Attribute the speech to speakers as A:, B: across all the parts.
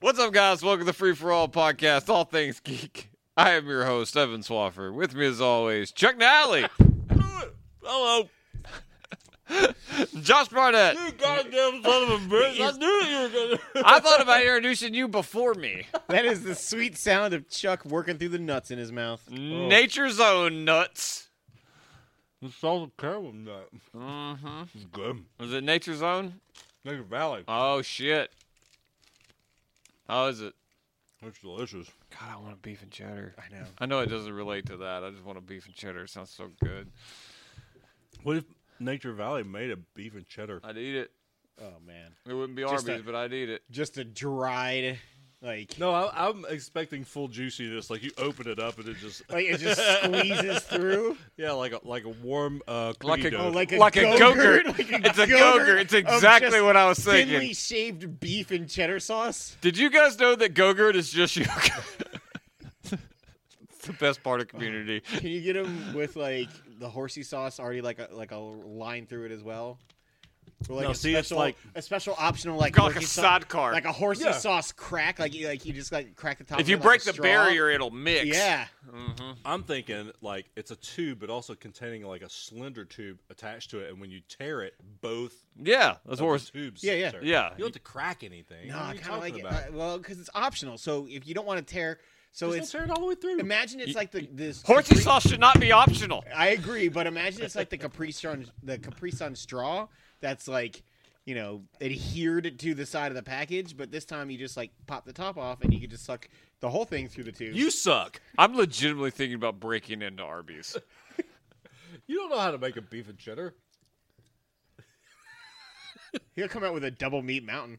A: What's up, guys? Welcome to the Free For All podcast, all things geek. I am your host, Evan Swaffer. With me, as always, Chuck Nally,
B: Hello.
A: Josh Barnett.
B: You goddamn son of a bitch. I knew you were gonna.
A: I thought about introducing you before me.
C: That is the sweet sound of Chuck working through the nuts in his mouth.
A: Nature's own nuts.
B: This salted caramel nut.
A: Mm-hmm.
B: It's good.
A: Was it Nature's own?
B: Nature Valley.
A: Oh shit. How is it?
B: It's delicious.
A: God, I want a beef and cheddar.
C: I know.
A: I know it doesn't relate to that. I just want a beef and cheddar. It sounds so good.
B: What if Nature Valley made a beef and cheddar?
A: I'd eat it.
C: Oh man,
A: It wouldn't be
C: Just
A: Arby's,
C: a-
A: but I'd eat it.
C: just a dried, like,
B: No, I, I'm expecting full juiciness. Like you open it up and it just
C: like it just squeezes through.
B: yeah, like a, like a warm uh, cookie
A: Like a-
B: dough.
C: Oh, like a
A: Like a go-gurt.
C: go-gurt, like
A: It's a go-gurt. It's exactly
C: of just
A: what I was thinking.
C: Thinly shaved beef and cheddar sauce.
A: Did you guys know that Gogurt is just yogurt? it's the best part of community.
C: Can you get them with like the horsey sauce already, like a like a line through it as well? Or, like
B: No,
C: a
B: see, it's
C: special,
B: like-
C: a special optional like
A: Got like
C: horsey
A: a
C: sau-
A: sidecar.
C: like a horsey
B: Yeah.
C: sauce crack. Like you like you just like crack the top.
A: if
C: of
A: you
C: it like a
A: break the
C: straw.
A: barrier, it'll mix.
C: yeah,
B: I'm thinking like it's a tube, but also containing like a slender tube attached to it, and when you tear it, both
A: Yeah. That's
B: of
A: what we're.
B: the tubes.
C: Yeah, yeah.
B: tear.
A: Yeah.
B: You don't have to crack anything.
C: No,
B: What are
C: I
B: you
C: kind of
B: talking
C: like it.
B: about?
C: Uh, well, because it's optional. So if you don't want to tear, so
B: Just
C: it's
B: don't tear it all the way through.
C: imagine it's like the this
A: Horsey
C: Capri-
A: sauce should not be optional.
C: I agree, but imagine it's like the Capri Sun, the Capri Sun straw that's like you know adhered to the side of the package. But this time you just like pop the top off and you can just suck the whole thing through the tube.
B: you suck.
A: I'm legitimately thinking about breaking into Arby's.
B: You don't know how to make a beef and cheddar.
C: He'll come out with a double meat mountain.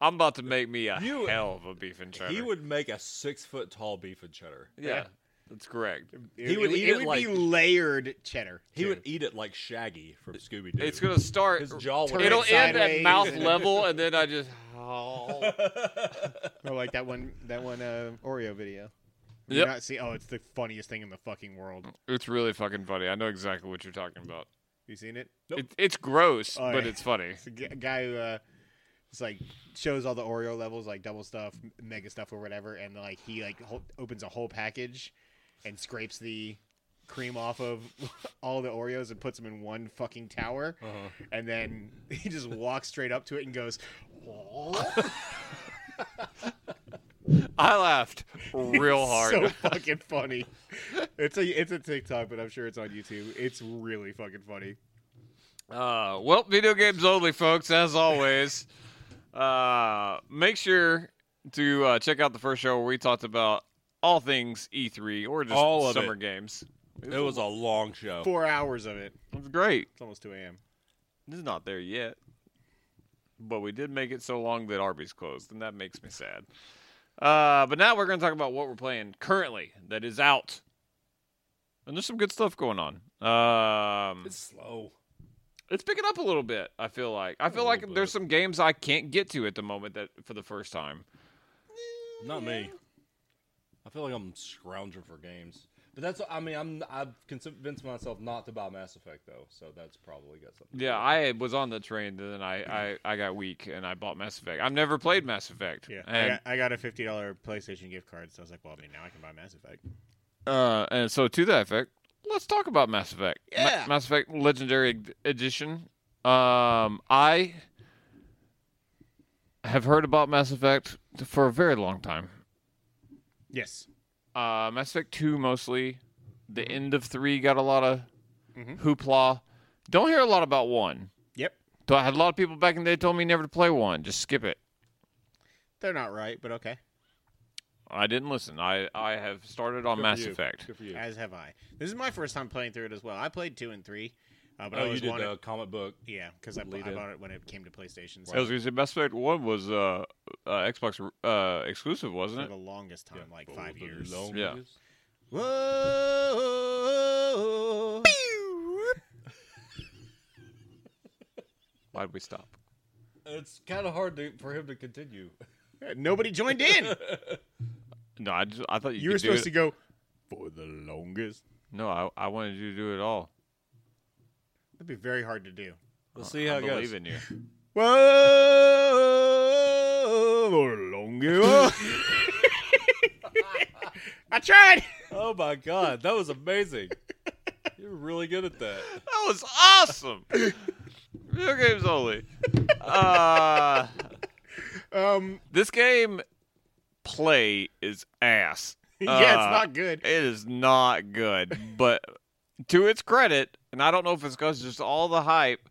A: I'm about to make me a
B: You-
A: hell of a beef and cheddar.
B: He would make a six foot tall beef and cheddar.
A: yeah, that's correct.
C: It,
B: He would eat
C: it,
B: it
C: would
B: like-
C: be layered cheddar.
B: He
C: too.
B: would eat it like Shaggy from Scooby Doo.
A: It's gonna start.
B: His jaw would
A: It'll
C: turn
A: end at
C: sideways
A: mouth
C: and-
A: level, and then I just. Oh.
B: Mm-hmm.
C: Or like that one that one uh, Oreo video. You
A: Yep.
C: not see? Oh, it's the funniest thing in the fucking world.
A: It's really fucking funny. I know exactly what you're talking about.
C: You seen it?
B: Nope.
A: It, it's gross,
C: Oh,
A: but
C: yeah.
A: it's funny.
C: It's a g- guy who uh, it's like shows all the Oreo levels, like double stuff, m- mega stuff, or whatever, and like he like hol- opens a whole package and scrapes the cream off of all the Oreos and puts them in one fucking tower,
A: Uh-huh.
C: and then he just walks straight up to it and goes,
A: I laughed real hard.
C: "So fucking funny." It's a it's a TikTok, but I'm sure it's on YouTube. It's really fucking funny.
A: Uh, well, video games only, folks, as always. Uh, make sure to uh, check out the first show where we talked about all things E3 or just
B: All of
A: summer
B: it.
A: games.
B: It was a long show.
C: Four hours of it.
A: It's great.
C: It's almost two a.m.
A: It's not there yet. But we did make it so long that Arby's closed, and that makes me sad. Uh, but now we're going to talk about what we're playing currently that is out. And there's some good stuff going on. Um,
B: It's slow.
A: it's picking up a little bit. I feel like I feel
B: little
A: like
B: bit.
A: there's some games I can't get to at the moment that for the first time.
B: Not me. I feel like I'm scrounging for games. But that's I mean I'm I've convinced myself not to buy Mass Effect though, so that's probably got something.
A: Yeah, I was on the train, and then I, I, I got weak and I bought Mass Effect. I've never played Mass Effect.
C: Yeah, I
A: and
C: got, I got a fifty dollar PlayStation gift card, so I was like, "Well, I mean, now I can buy Mass Effect."
A: uh, and so to that effect, let's talk about Mass Effect. Ma-
C: Yeah.
A: Mass Effect Legendary Ed- Edition. Um, I have heard about Mass Effect for a very long time.
C: Yes,
A: uh, Mass Effect 2 mostly. The end of 3 got a lot of hoopla. Don't hear a lot about 1.
C: Yep.
A: Though I had a lot of people back in the day told me never to play 1, just skip it.
C: They're not right, but okay.
A: I didn't listen. I, I have started on
B: Good for
A: Mass
B: you.
A: Effect.
B: Good for you.
C: As have I. This is my first time playing through it as well. I played two and three, uh, but I
B: oh, you
C: always
B: did
C: wanted,
B: the comic book.
C: yeah, because I, bu- I
B: Lead in.
C: bought it when it came to PlayStation. So
A: I was going to say Mass Effect 1 was uh, uh, Xbox uh, exclusive, wasn't
C: for
A: it?
C: the longest time, like five
B: The
C: years.
B: longest.
A: Yeah.
C: Whoa!
A: Why'd we stop?
B: It's kind of hard to, for him to continue.
C: Nobody joined in.
A: No, I, just, I thought you,
C: You
A: could do
C: were supposed
A: it.
C: to go for the longest.
A: No, I, I wanted you to do it all.
C: That'd be very hard to do.
B: Let's see
A: I
B: how it
A: believe
B: goes.
A: in you.
C: Whoa! little longer. I tried.
B: Oh my god, that was amazing. You're really good at that.
A: That was awesome. Video games only. Uh,
C: Um,
A: this game play is ass.
C: yeah, it's
A: Uh,
C: not good.
A: It is not good, but to its credit, and I don't know if it's because just all the hype,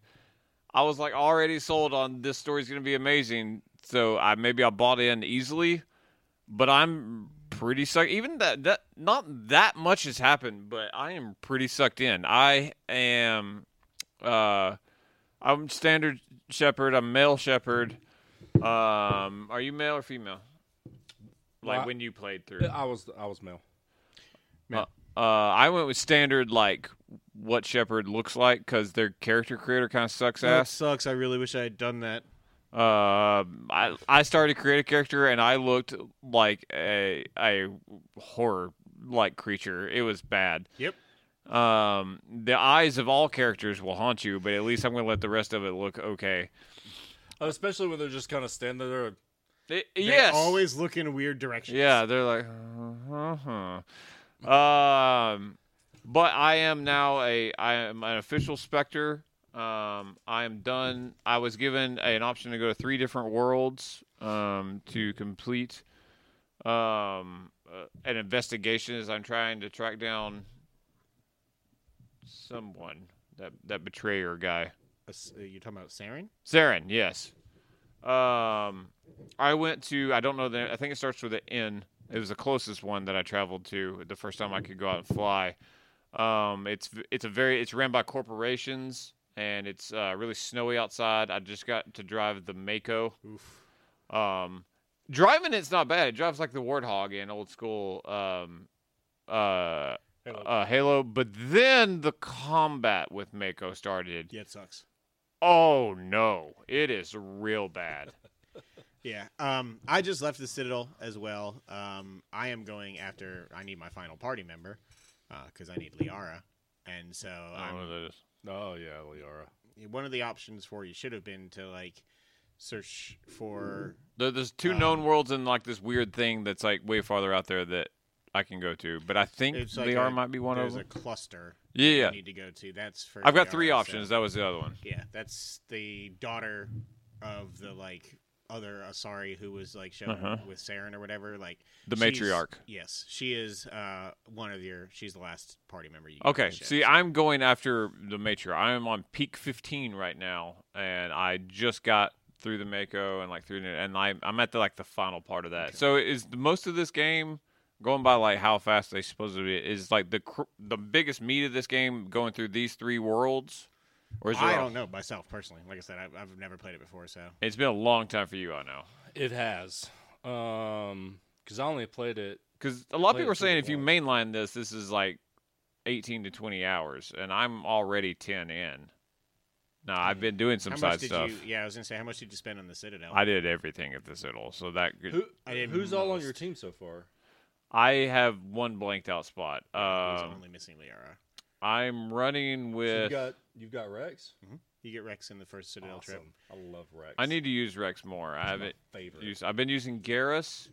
A: I was like already sold on this story's going to be amazing. So I maybe I bought in easily, but I'm pretty sucked. Even that that not that much has happened, but I am pretty sucked in. I am, uh, I'm standard shepherd. I'm male shepherd. Um, are you male or female? Like
B: Well, I-
A: when you played through?
B: I was I was male.
A: Uh, I went with standard, like what Shepard looks like, because their character creator kind of sucks
C: That
A: ass.
C: Oh, sucks. I really wish I had done that.
A: Uh, I I started to create a character and I looked like a a horror like creature. It was bad.
C: Yep.
A: Um, the eyes of all characters will haunt you, but at least I'm gonna let the rest of it look okay.
B: Oh, Especially when they're just kind of standing there. and-
A: It,
C: They
A: yes,
C: Always look in weird directions.
A: Yeah, they're like, uh-huh. um, but I am now a I am an official Spectre. Um, I am done. I was given an option to go to three different worlds um, to complete um, uh, an investigation as I'm trying to track down someone that that betrayer guy.
C: Uh, s- uh, You're talking about Saren?
A: Saren, yes. Um, I went to I don't know the I think it starts with an N. It was the closest one that I traveled to the first time I could go out and fly. Um, it's v- it's a very it's ran by corporations and it's uh, really snowy outside. I just got to drive the Mako.
C: Oof.
A: Um, driving it's not bad. It drives like the Warthog in old school um, uh,
B: Halo.
A: uh, Halo. But then the combat with Mako started.
C: Yeah, it sucks.
A: Oh no, it is real bad.
C: Yeah. Um, I just left the Citadel as well. Um, I am going after. I need my final party member because I need Liara, and so I'm
B: Oh yeah, Liara.
C: one of the options for you should have been to like search for
A: There- There's two
C: Um,
A: known worlds and like this weird thing that's like way farther out there that I can go to, but I think
C: It's like
A: they are
C: a-
A: might be one of
C: there's a
A: them.
C: cluster
A: yeah, yeah.
C: you need to go to. That's for
A: I've got
C: Liara,
A: three
C: so-
A: options. That was the other one.
C: yeah, that's the daughter of the like other Asari who was like shown
A: Uh-huh.
C: with Saren or whatever. Like
A: The
C: she's-
A: matriarch.
C: Yes, she is uh, one of your. She's the last party member you.
A: Okay,
C: get to
A: see,
C: ship.
A: I'm going after the matriarch. I am on peak 15 right now, and I just got through the Mako and like through, the- and I, I'm at the like the final part of that. So is the, most of this game going by like how fast they supposedly is like the cr- the biggest meat of this game going through these three worlds, or is there
C: I
A: a-
C: don't know myself personally. Like I said, I've, I've never played it before, so
A: It's been a long time for you, I know,
B: It has. Um, because I only played it.
A: because a lot of
B: Play it
A: people are
B: through
A: saying
B: the
A: if you
B: world.
A: mainline this, this is like 18 to 20 hours, and I'm already 10 in. No, I've been doing some
C: how
A: side
C: much did
A: stuff.
C: you? Yeah, I was gonna say, how much did you spend on the Citadel?
A: I did everything at the Citadel, so that
B: Who,
C: I did
B: who's all on
C: most.
B: your team so far?
A: I have one blanked out spot.
C: He's
A: Um,
C: only missing Liara.
A: I'm running
B: So
A: with.
B: you've got you've got Rex.
C: You get Rex in the first Citadel trip.
B: Awesome. I love Rex.
A: I need to use Rex more. I
B: He's my
A: haven't
B: favorite.
A: used. I've been using Garrus.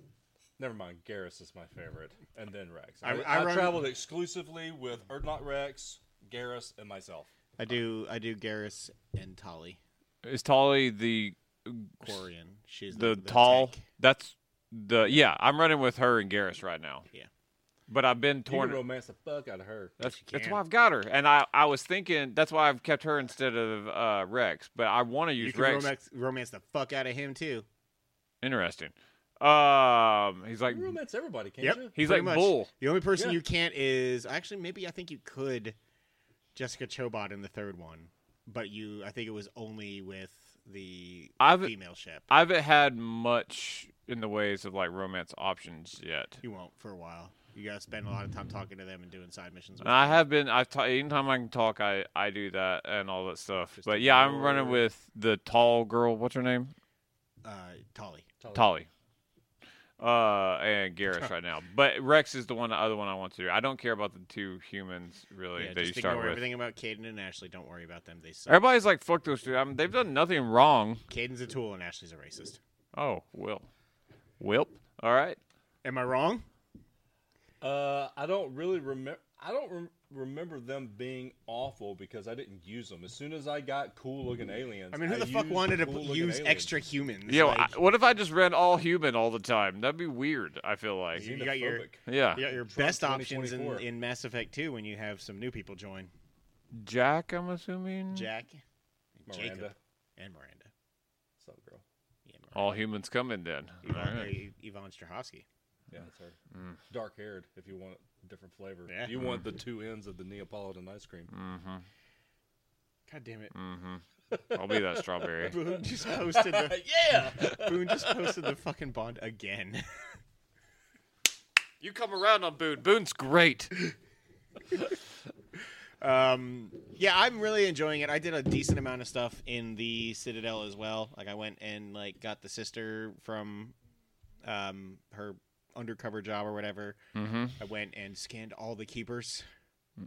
B: Never mind. Garrus is my favorite, and then Rex.
C: I-
B: I,
C: I
B: I,
C: run-
B: traveled exclusively with Erdnot Rex, Garrus, and myself.
C: I do. I do Garrus and Tali.
A: Is Tolly the
C: Quarian. She's
A: the,
C: the,
A: tall?
C: tank.
A: That's the yeah. I'm running with her and Garrus right now.
C: Yeah.
A: But I've been
B: You can
A: torn.
B: romance the fuck out of her.
A: That's
C: Yes, you
A: that's
C: can.
A: why I've got her, and I, I was thinking that's why I've kept her instead of uh, Rex. But I want to
C: You
A: use
C: can
A: Rex.
C: romance, romance the fuck out of him too.
A: Interesting. Um, he's like
B: You romance everybody, can't
C: Yep.
B: you?
A: he's like
C: Pretty much.
A: bull.
C: The only person
B: Yeah.
C: you can't is actually maybe I think you could Jessica Chobot in the third one, but you I think it was only with the
A: I've
C: female ship.
A: I haven't had much in the ways of like romance options yet.
C: You won't for a while. You gotta spend a lot of time talking to them and doing side missions. With
A: And I
C: them.
A: have been. I've ta- anytime I can talk, I I do that and all that stuff.
B: Just
A: But
B: a
A: yeah, I'm
B: little-
A: running with the tall girl. What's her name?
C: uh, Tolly.
B: Totally.
A: Tolly. Uh, and Garrus right now. But Rex is the one, the other one I want to do. I don't care about the two humans really
C: yeah,
A: that you
C: just
A: Oh, start
C: ignore
A: with.
C: everything about Caden and Ashley. Don't worry about them. They suck.
A: Everybody's like, "Fuck those two. I mean, they've done nothing wrong."
C: Caden's a tool and Ashley's a racist.
A: Oh, Will. Welp. All right.
C: Am I wrong?
B: Uh, I don't really remember. I don't rem- remember them being awful because I didn't use them. As soon as I got cool looking aliens,
C: Mm. I mean, who the fuck
B: used
C: wanted to
B: cool-looking
C: use
B: aliens.
C: extra humans?
A: Yo,
C: Like,
A: I, what if I just read all human all the time? That'd be weird. I feel like.
C: You got your-
B: Xenophobic.
A: Yeah.
C: you got your
B: Trump
C: best options in,
B: 2024.
C: in Mass Effect 2 when you have some new people join
A: Jack, I'm assuming.
C: Jack
B: Miranda,
C: Jacob. and Miranda.
B: some girl.
C: Yeah,
A: All humans come in then. All
C: Miranda.
A: right.
C: Yvonne, Yvonne Strahovski.
B: Yeah, that's her. Dark haired. If you want a different flavor,
C: Mm. Yeah.
B: you want the two ends of the Neapolitan ice cream.
C: God damn it.
A: Mm-hmm, I'll be that strawberry.
C: Boone just posted the
B: yeah.
C: Boone just posted the fucking bond again.
A: You come around on Boone. Boone's great.
C: Um, yeah, I'm really enjoying it. I did a decent amount of stuff in the Citadel as well. Like I went and like got the sister from um, her undercover job or whatever.
A: Mm-hmm.
C: I went and scanned all the keepers.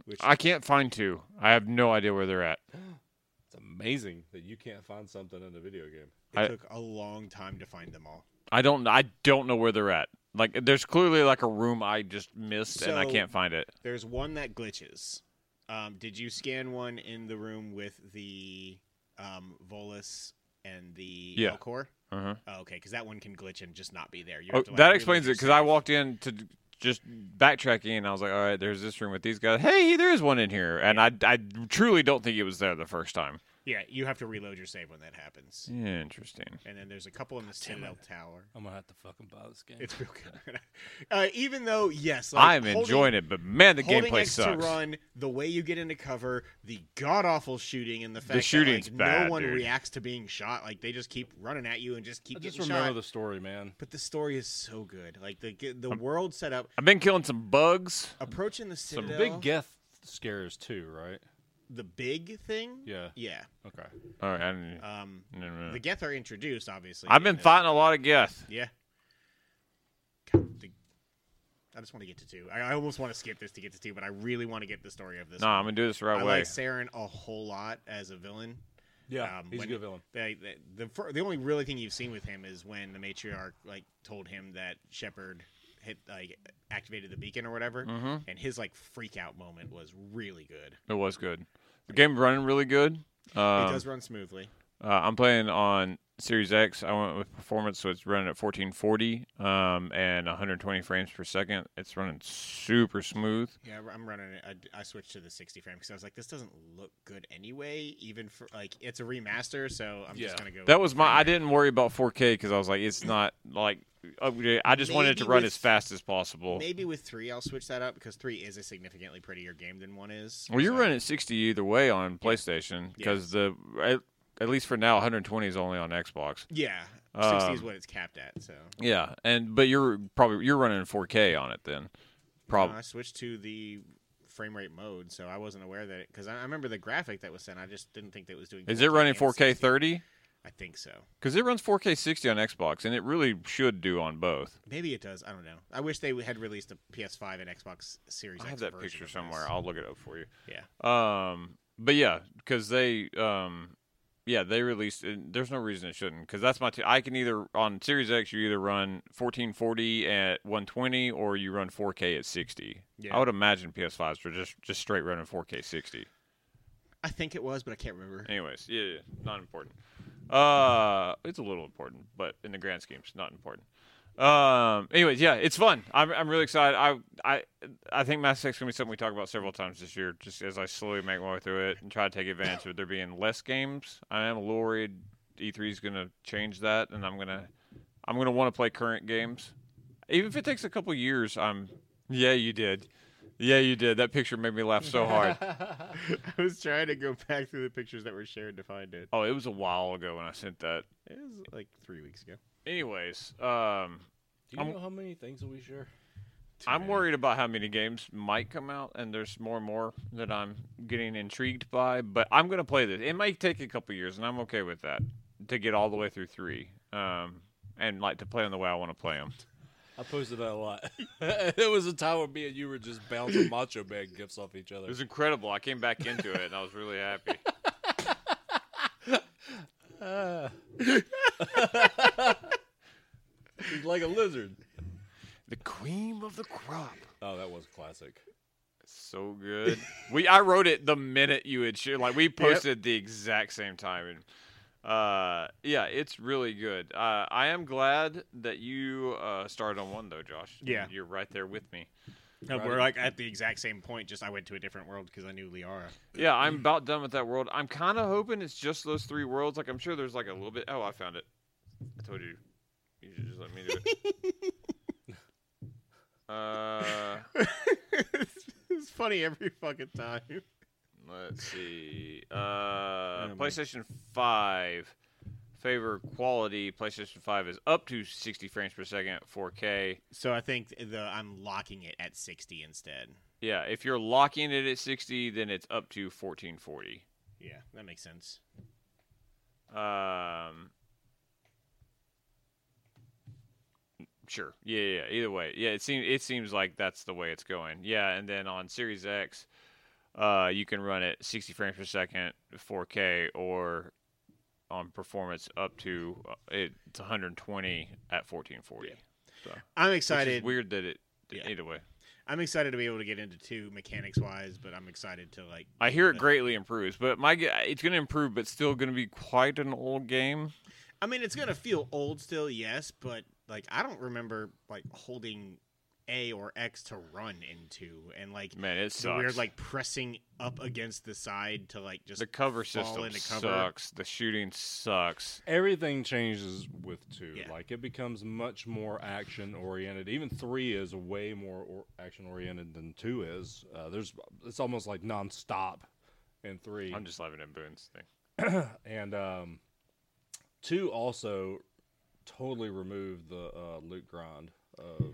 C: Which
A: I can't find two. I have no idea where they're at.
B: It's amazing that you can't find something in a video game.
C: it
A: I-
C: took a long time to find them all.
A: I don't. I don't know where they're at. Like, there's clearly like a room I just missed, and I
C: So-
A: can't find it.
C: There's one that glitches. Um, did you scan one in the room with the um, Volus and the
A: Yeah.
C: Elcor?
A: Uh-huh.
C: Oh, okay, because that one can glitch and just not be there. You
A: Oh,
C: have to, like,
A: that
C: reload
A: explains it
C: your
A: because I
C: save.
A: walked in to d- just backtracking, and I was like, "All right, there's this room with these guys. Hey, there is one in here." And I, I truly don't think it was there the first time.
C: Yeah, you have to reload your save when that happens.
A: Mm. Interesting.
C: And then there's a couple in the Citadel Tower.
B: I'm gonna have to fucking buy this game.
C: It's real good. uh, even though, yes, like,
A: I'm enjoying it, but man, the
C: holding
A: gameplay
C: X
A: sucks.
C: to run, the way you get into cover, the god awful shooting, and the fact
A: shooting's
C: that like,
A: bad,
C: no one
A: dude.
C: reacts to being shot. Like they just keep running at you and just keep
B: I just
C: getting
B: remember
C: shot.
B: the story, man.
C: But the story is so good. Like the g-
B: Um,
C: the world setup,
A: I've been killing some bugs.
C: approaching the
B: The
C: Citadel,
B: um, big Geth scares too, right?
C: the big thing.
B: Yeah.
C: yeah.
B: Okay.
A: All right, I didn't,
C: Um,
A: no, no, no.
C: the Geth are introduced, obviously.
A: I've been
C: in this.
A: fighting a lot of Geth.
C: Yeah. God, the- I just want to get to two. I, I almost want to skip this to get to two, but I really want to get the story of this.
A: No,
C: one.
A: I'm gonna do this the right
C: I
A: way.
C: like Saren a whole lot as a villain.
B: Yeah,
C: Um,
B: he's a
C: when-
B: good villain.
C: They, they- the fir- the only really thing you've seen with him is when the matriarch like told him that Shepard hit like activated the beacon or whatever,
A: Mhm.
C: and his like freak out moment was really good.
A: It was good. The game's running really good.
C: it
A: Um,
C: does run smoothly.
A: uh, I'm playing on Series X. I went with performance, so it's running at 1440 um, and 120 frames per second. It's running super smooth.
C: Yeah, I'm running it. I, I switched to the 60 frame because I was like, this doesn't look good anyway. Even for like, it's a remaster, so I'm
B: Yeah.
C: just gonna go.
A: That was my. I
C: frame
A: didn't worry about 4K because I was like, it's not like upgrade. I just wanted it to
C: Maybe
A: run
C: with-
A: as fast as
C: rate.
A: possible.
C: Maybe with three, I'll switch that up because three is a significantly prettier game than one is.
A: Well, you're
C: so-
A: running at 60 either way on PlayStation
C: Yeah.
A: because the at, at least for now 120 is only on Xbox.
C: Yeah, 60 is
A: Um,
C: what it's capped at. So
A: Yeah, and but you're probably you're running 4K on it then.
C: No,
A: Probably.
C: I switched to the frame rate mode, so I wasn't aware that it because I, I remember the graphic that was sent. I just didn't think that it was doing.
A: Is it running
C: and
A: 4K
C: 60.
A: 30?
C: I think so.
A: Because it runs 4K 60 on Xbox, and it really should do on both.
C: Maybe it does. I don't know. I wish they had released a PS5 and Xbox Series.
A: I have
C: X
A: that
C: version
A: picture
C: of this.
A: somewhere. I'll look it up for you.
C: Yeah.
A: Um, but yeah, because they, um, yeah, they released. It. There's no reason it shouldn't. Because that's my. T- I can either on Series X, you either run 1440 at 120, or you run 4K at 60.
C: Yeah.
A: I would imagine PS5s were just just straight running 4K 60.
C: I think it was, but I can't remember.
A: Anyways, yeah, yeah, not important. Uh, it's a little important, but in the grand scheme, it's not important. Um, anyways, yeah, it's fun. I'm, I'm really excited. I, I, I think Mass Effect's gonna be something we talk about several times this year. Just as I slowly make my way through it and try to take advantage of there being less games. I am a little worried E3 is gonna change that, and I'm gonna, I'm gonna want to play current games, even if it takes a couple years. I'm, yeah, you did, yeah, you did. That picture made me laugh so hard.
C: I was trying to go back through the pictures that were shared to find it.
A: oh, it was a while ago when I sent that.
C: It was like three weeks ago.
A: Anyways, um,
B: Do you
A: I'm-
B: know how many things that we share?
A: I'm worried about how many games might come out, and there's more and more that I'm getting intrigued by. But I'm gonna play this. It might take a couple years, and I'm okay with that to get all the way through three, um, and like to play them the way I want to play them.
B: I posted that a lot. it was a time where me and you were just bouncing macho man gifts off each
A: It
B: other.
A: was incredible. I came back into it, and I was really happy.
B: Ah. He's like a a lizard.
A: The cream of the crop.
B: Oh, that was classic.
A: So good. we I wrote it the minute you had shared. Like we posted the exact same time, and uh, yeah, it's really good. Uh, I am glad that you uh, started on one though, Josh.
C: Yeah.
A: you're right there with me.
C: No,
B: Right.
C: we're like at the exact same point. Just I went to a different world because I knew Liara.
A: Yeah, I'm about done with that world. I'm kind of hoping it's just those three worlds. Like I'm sure there's like a little bit. Oh, I found it. I told you. You should just let me do it. uh,
C: it's funny every fucking time.
A: let's see. Uh,
B: man.
A: PlayStation Five favor quality. PlayStation Five is up to 60 frames per second, 4K.
C: So I think the I'm locking it at 60 instead.
A: Yeah, if you're locking it at 60, then it's up to 1440.
C: Yeah, that makes sense.
A: Um, sure. Yeah, yeah. yeah. Either way, yeah. It seems it seems like that's the way it's going. Yeah, and then on Series X, uh, you can run it 60 frames per second, 4K, or on performance up to uh, it's 120 at 1440. Which
C: I'm
A: is
C: excited.
A: weird that it.
C: Yeah.
A: Either way,
C: I'm excited to be able to get into two mechanics wise, but I'm excited to like.
A: I hear it
C: Uh,
A: greatly improves, but my gu- it's going to improve, but still going to be quite an old game.
C: I mean, it's gonna feel old still, yes, but like I don't remember like holding A or X to run into, and like
A: Man, it
C: so
A: sucks.
C: we're like pressing up against the side to like just
A: The cover
C: fall
A: system
C: into cover.
A: sucks. The shooting sucks.
B: Everything changes with two.
C: Yeah.
B: Like it becomes much more action oriented. Even three is way more or- action oriented than two is. Uh, there's it's almost like nonstop in three.
A: I'm just laughing at Boone's thing.
B: and um, two also totally removed the uh, loot grind of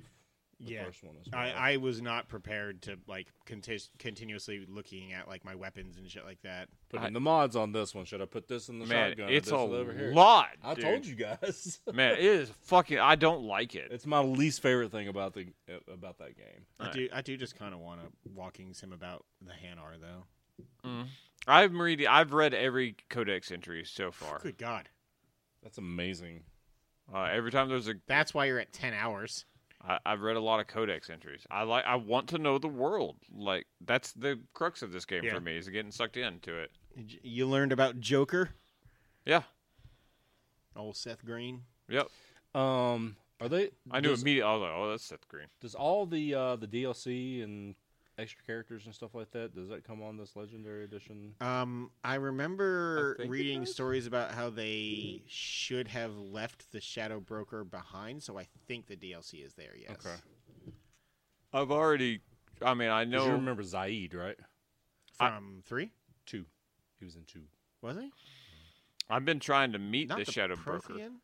B: the
C: Yeah.
B: first one as well.
C: I, I was not prepared to like conti- continuously looking at like my weapons and shit like that.
B: Put in the mods on this one. Should I put this in the
A: Man,
B: shotgun? or
A: it's
B: this
A: a
B: over here?
A: lot.
B: I
A: dude.
B: told you guys.
A: Man, it is fucking. I don't like it.
B: it's my least favorite thing about the uh, about that game.
C: I
A: Alright.
C: do I do just kind of want to walking sim about the Hanar though.
A: Mm. I've read. I've read every codex entry so far.
C: Good God,
B: That's amazing.
A: Uh, every time there's a,
C: that's why you're at ten hours.
A: I, I've read a lot of codex entries. I like. I want to know the world. Like that's the crux of this game
C: Yeah.
A: for me. Is getting sucked into it.
C: You learned about Joker,
A: Yeah.
C: old Seth Green.
A: Yep.
B: Um, are they?
A: I knew
B: does,
A: immediately. I was like, oh, that's Seth Green.
B: does all the uh, the DLC and extra characters and stuff like that? Does that come on this legendary edition?
C: Um, I
A: I
C: remember
A: think it
C: reading
A: does.
C: stories about how they should have left the Shadow Broker behind, so I think the DLC is there. Yes.
B: Okay.
A: I've already. I mean, I
B: 'Cause You
A: know.
B: remember Zaid, right?
A: I-
C: From three,
B: Two. He was in two.
C: was he?
A: I've been trying to meet
C: Not
A: the Shadow Broker.
C: Prothean?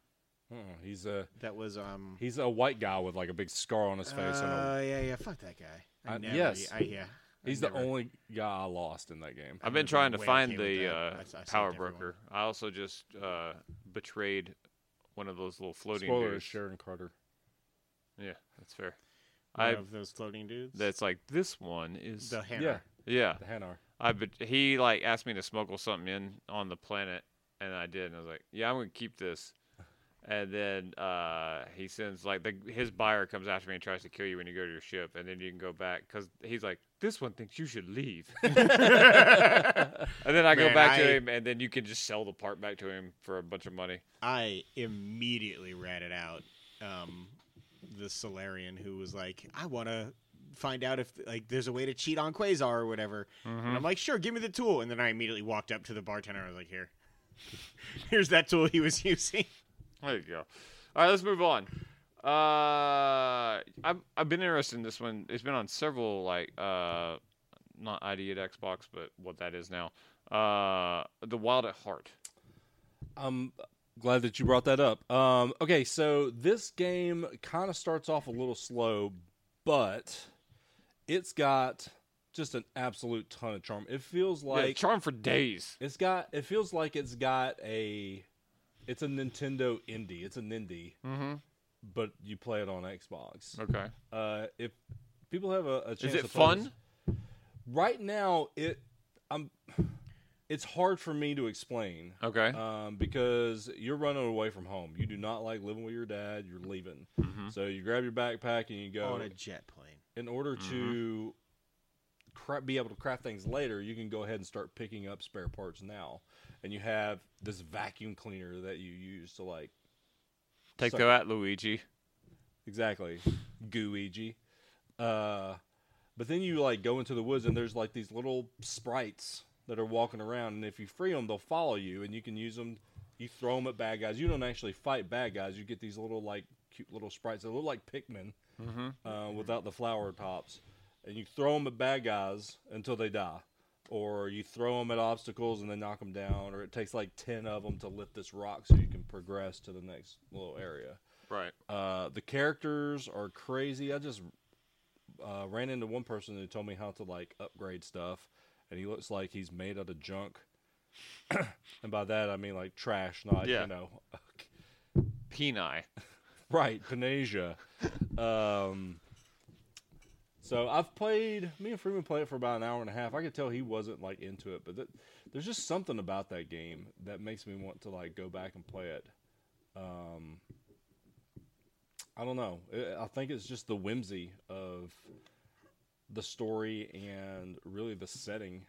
B: Uh-uh, he's a
C: That was um.
B: he's a white guy with like a big scar on his face. and a,
C: uh, yeah, yeah. Fuck that guy. I
B: I-
A: Uh,
C: never,
B: yes.
C: I, yeah. I
B: he's
C: never-
B: the only guy I lost in that game.
A: I've been
C: Everyone
A: trying to
C: way
A: find
C: okay with
A: the
C: that.
A: uh,
C: I- I saved
A: power
C: everyone.
A: broker. I also just uh, betrayed one of those little floating
B: Spoilers:
A: dudes.
B: Sharon Carter.
A: Yeah, that's fair.
C: one
A: I
C: of those floating dudes.
A: that's like this one is
C: the hammer.
B: Yeah,
A: yeah.
B: the Hanar.
A: I but he like asked me to smuggle something in on the planet, and I did. And I was like, yeah, I'm gonna keep this. And then uh, he sends like the, his buyer comes after me and tries to kill you when you go to your ship, and then you can go back because he's like, this one thinks you should leave. And then I go
C: Man,
A: back
C: I-
A: to him, and then you can just sell the part back to him for a bunch of money.
C: I immediately ratted out um, the Solarian who was like, I want to find out if like there's a way to cheat on Quasar or whatever. And I'm like, sure, give me the tool. And then I immediately walked up to the bartender. I was like, here, here's that tool he was using.
A: There you go. All right, let's move on. Uh, I've I've been interested in this one. It's been on several like uh, not ID at Xbox, but what that is now. Uh, The Wild at Heart.
B: I'm Um, glad that you brought that up. Um, okay, so this game kind of starts off a little slow, but it's got just an absolute ton of charm. It feels
A: Like
B: like
A: charm for days.
B: it's got. It feels like it's got a. It's a Nintendo indie. It's an indie,
A: Mm-hmm.
B: but you play it on Xbox.
A: Okay.
B: Uh, if people have a, a chance,
A: Is it
B: to play
A: fun?
B: this- right now? It. I'm. it's hard for me to explain
A: Okay.
B: um, because you're running away from home. You do not like living with your dad. You're leaving,
A: Mhm.
B: so you grab your backpack and you go.
C: on a jet plane.
B: in order to cra- be able to craft things later, you can go ahead and start picking up spare parts now. And you have this vacuum cleaner that you use to like
A: Take
B: so-
A: that, Luigi.
B: exactly gooigi. Uh, but then you like go into the woods and there's like these little sprites that are walking around, and if you free them, they'll follow you, and you can use them. You throw them at bad guys. You don't actually fight bad guys. You get these little like cute little sprites that look like Pikmin.
A: Mm-hmm.
B: uh, without the flower tops, and you throw them at bad guys until they die, or you throw them at obstacles and they knock them down, or it takes like ten of them to lift this rock so you can progress to the next little area.
A: Right.
B: Uh, the characters are crazy. I just uh, ran into one person who told me how to like upgrade stuff, and he looks like he's made out of junk. and by that I mean like trash, not
A: Yeah.
B: you know
A: Peni.
B: Right, Panasia. um, so I've played. Me and Freeman played it for about an hour and a half. I could tell he wasn't like into it, but th- there's just something about that game that makes me want to like go back and play it. Um, I don't know. I I think it's just the whimsy of the story and really the setting.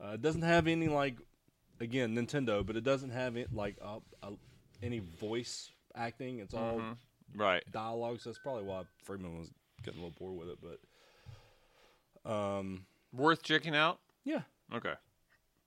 B: Uh, it doesn't have any like again Nintendo, but it doesn't have it like uh, uh, any voice acting. It's all
A: Mhm. Right.
B: dialogue, so that's probably why Freeman was getting a little bored with it. But um,
A: Worth checking out.
B: yeah,
A: Okay.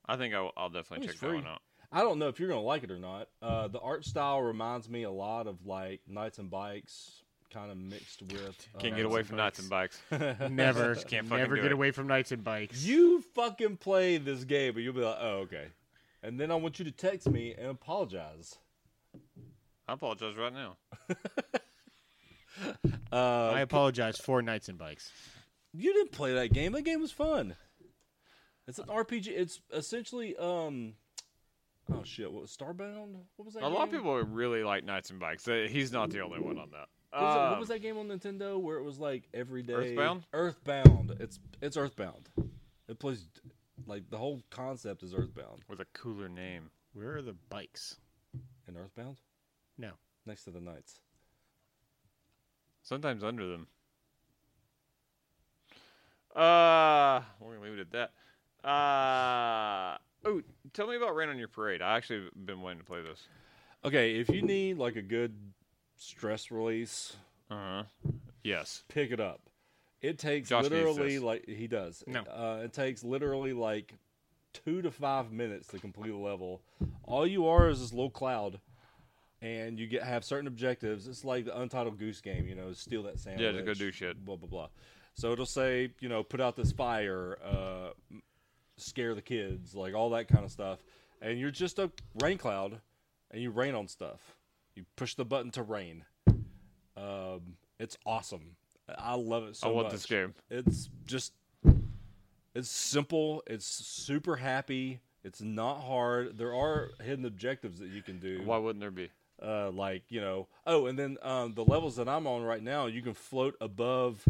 A: I think I'll, I'll definitely
B: It's
A: check that one
B: free.
A: out.
B: I don't know if you're gonna like it or not. Uh, the art style reminds me a lot of like Knights and Bikes, kind of mixed with. Uh,
A: Can't get away from knights and bikes.
C: Never,
A: Just can't fucking
C: never
A: do
C: get
A: it.
C: away from nights and bikes.
B: You fucking play this game, and you'll be like, "Oh, okay." And then I want you to text me and apologize.
A: I apologize right now.
B: Uh,
C: I apologize for nights and bikes.
B: you didn't play that game. That game was fun. It's an RPG. It's essentially um. Oh shit! What was Starbound? What was that?
A: A lot of
B: game?
A: people really like knights and bikes. Uh, He's not the only one on that.
B: What was, it- what
A: Um,
B: was that game on Nintendo where it was like every day?
A: Earthbound?
B: Earthbound. It's it's Earthbound. It plays like the whole concept is Earthbound.
A: With a cooler name.
C: Where are the bikes?
B: And Earthbound
C: No.
B: next to the Knights.
A: Sometimes under them. Uh, we're gonna leave it at that. Uh, oh, tell me about Rain on Your Parade. I actually have been wanting to play this.
B: Okay, if you need like a good stress release,
A: Uh
B: Uh-huh.
A: huh. Yes.
B: pick it up. It takes
A: Josh needs
B: literally
A: this.
B: like he does.
A: No.
B: Uh, it takes literally like two to five minutes to complete a level. All you are is this little cloud, and you get have certain objectives. It's like the Untitled Goose Game, you know, steal that sandwich.
A: Yeah, just go do shit.
B: Blah blah blah. So it'll say, you know, put out this fire, uh, m- scare the kids, like all that kind of stuff. And you're just a rain cloud, and you rain on stuff. You push the button to rain. Um, it's awesome. I love it so
A: I
B: much.
A: want this game.
B: It's just it's simple, it's super happy, it's not hard. There are hidden objectives that you can do.
A: Why wouldn't there be?
B: Uh like, you know, oh, and then um the levels that I'm on right now, you can float above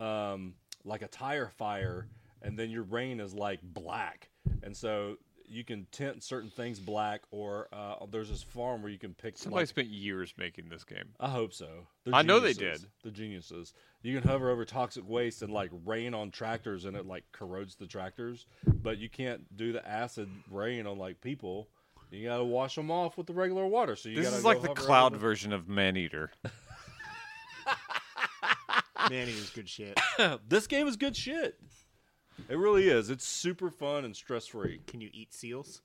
B: um like a tire fire and then your rain is like black. And so you can tint certain things black, or uh, there's this farm where you can pick
A: Somebody
B: like,
A: spent years making this game.
B: I hope so. They're
A: I know they
B: geniuses.
A: did.
B: They're geniuses. You can hover over toxic waste and like rain on tractors, and it like corrodes the tractors. But you can't do the acid rain on like people. You gotta wash them off with the regular water. So you
A: This
B: gotta
A: is
B: go
A: like the
B: hover
A: cloud
B: over-
A: version of Maneater.
C: Man, he was good shit.
B: This game is good shit. It really is. It's super fun and stress free.
C: Can you eat seals?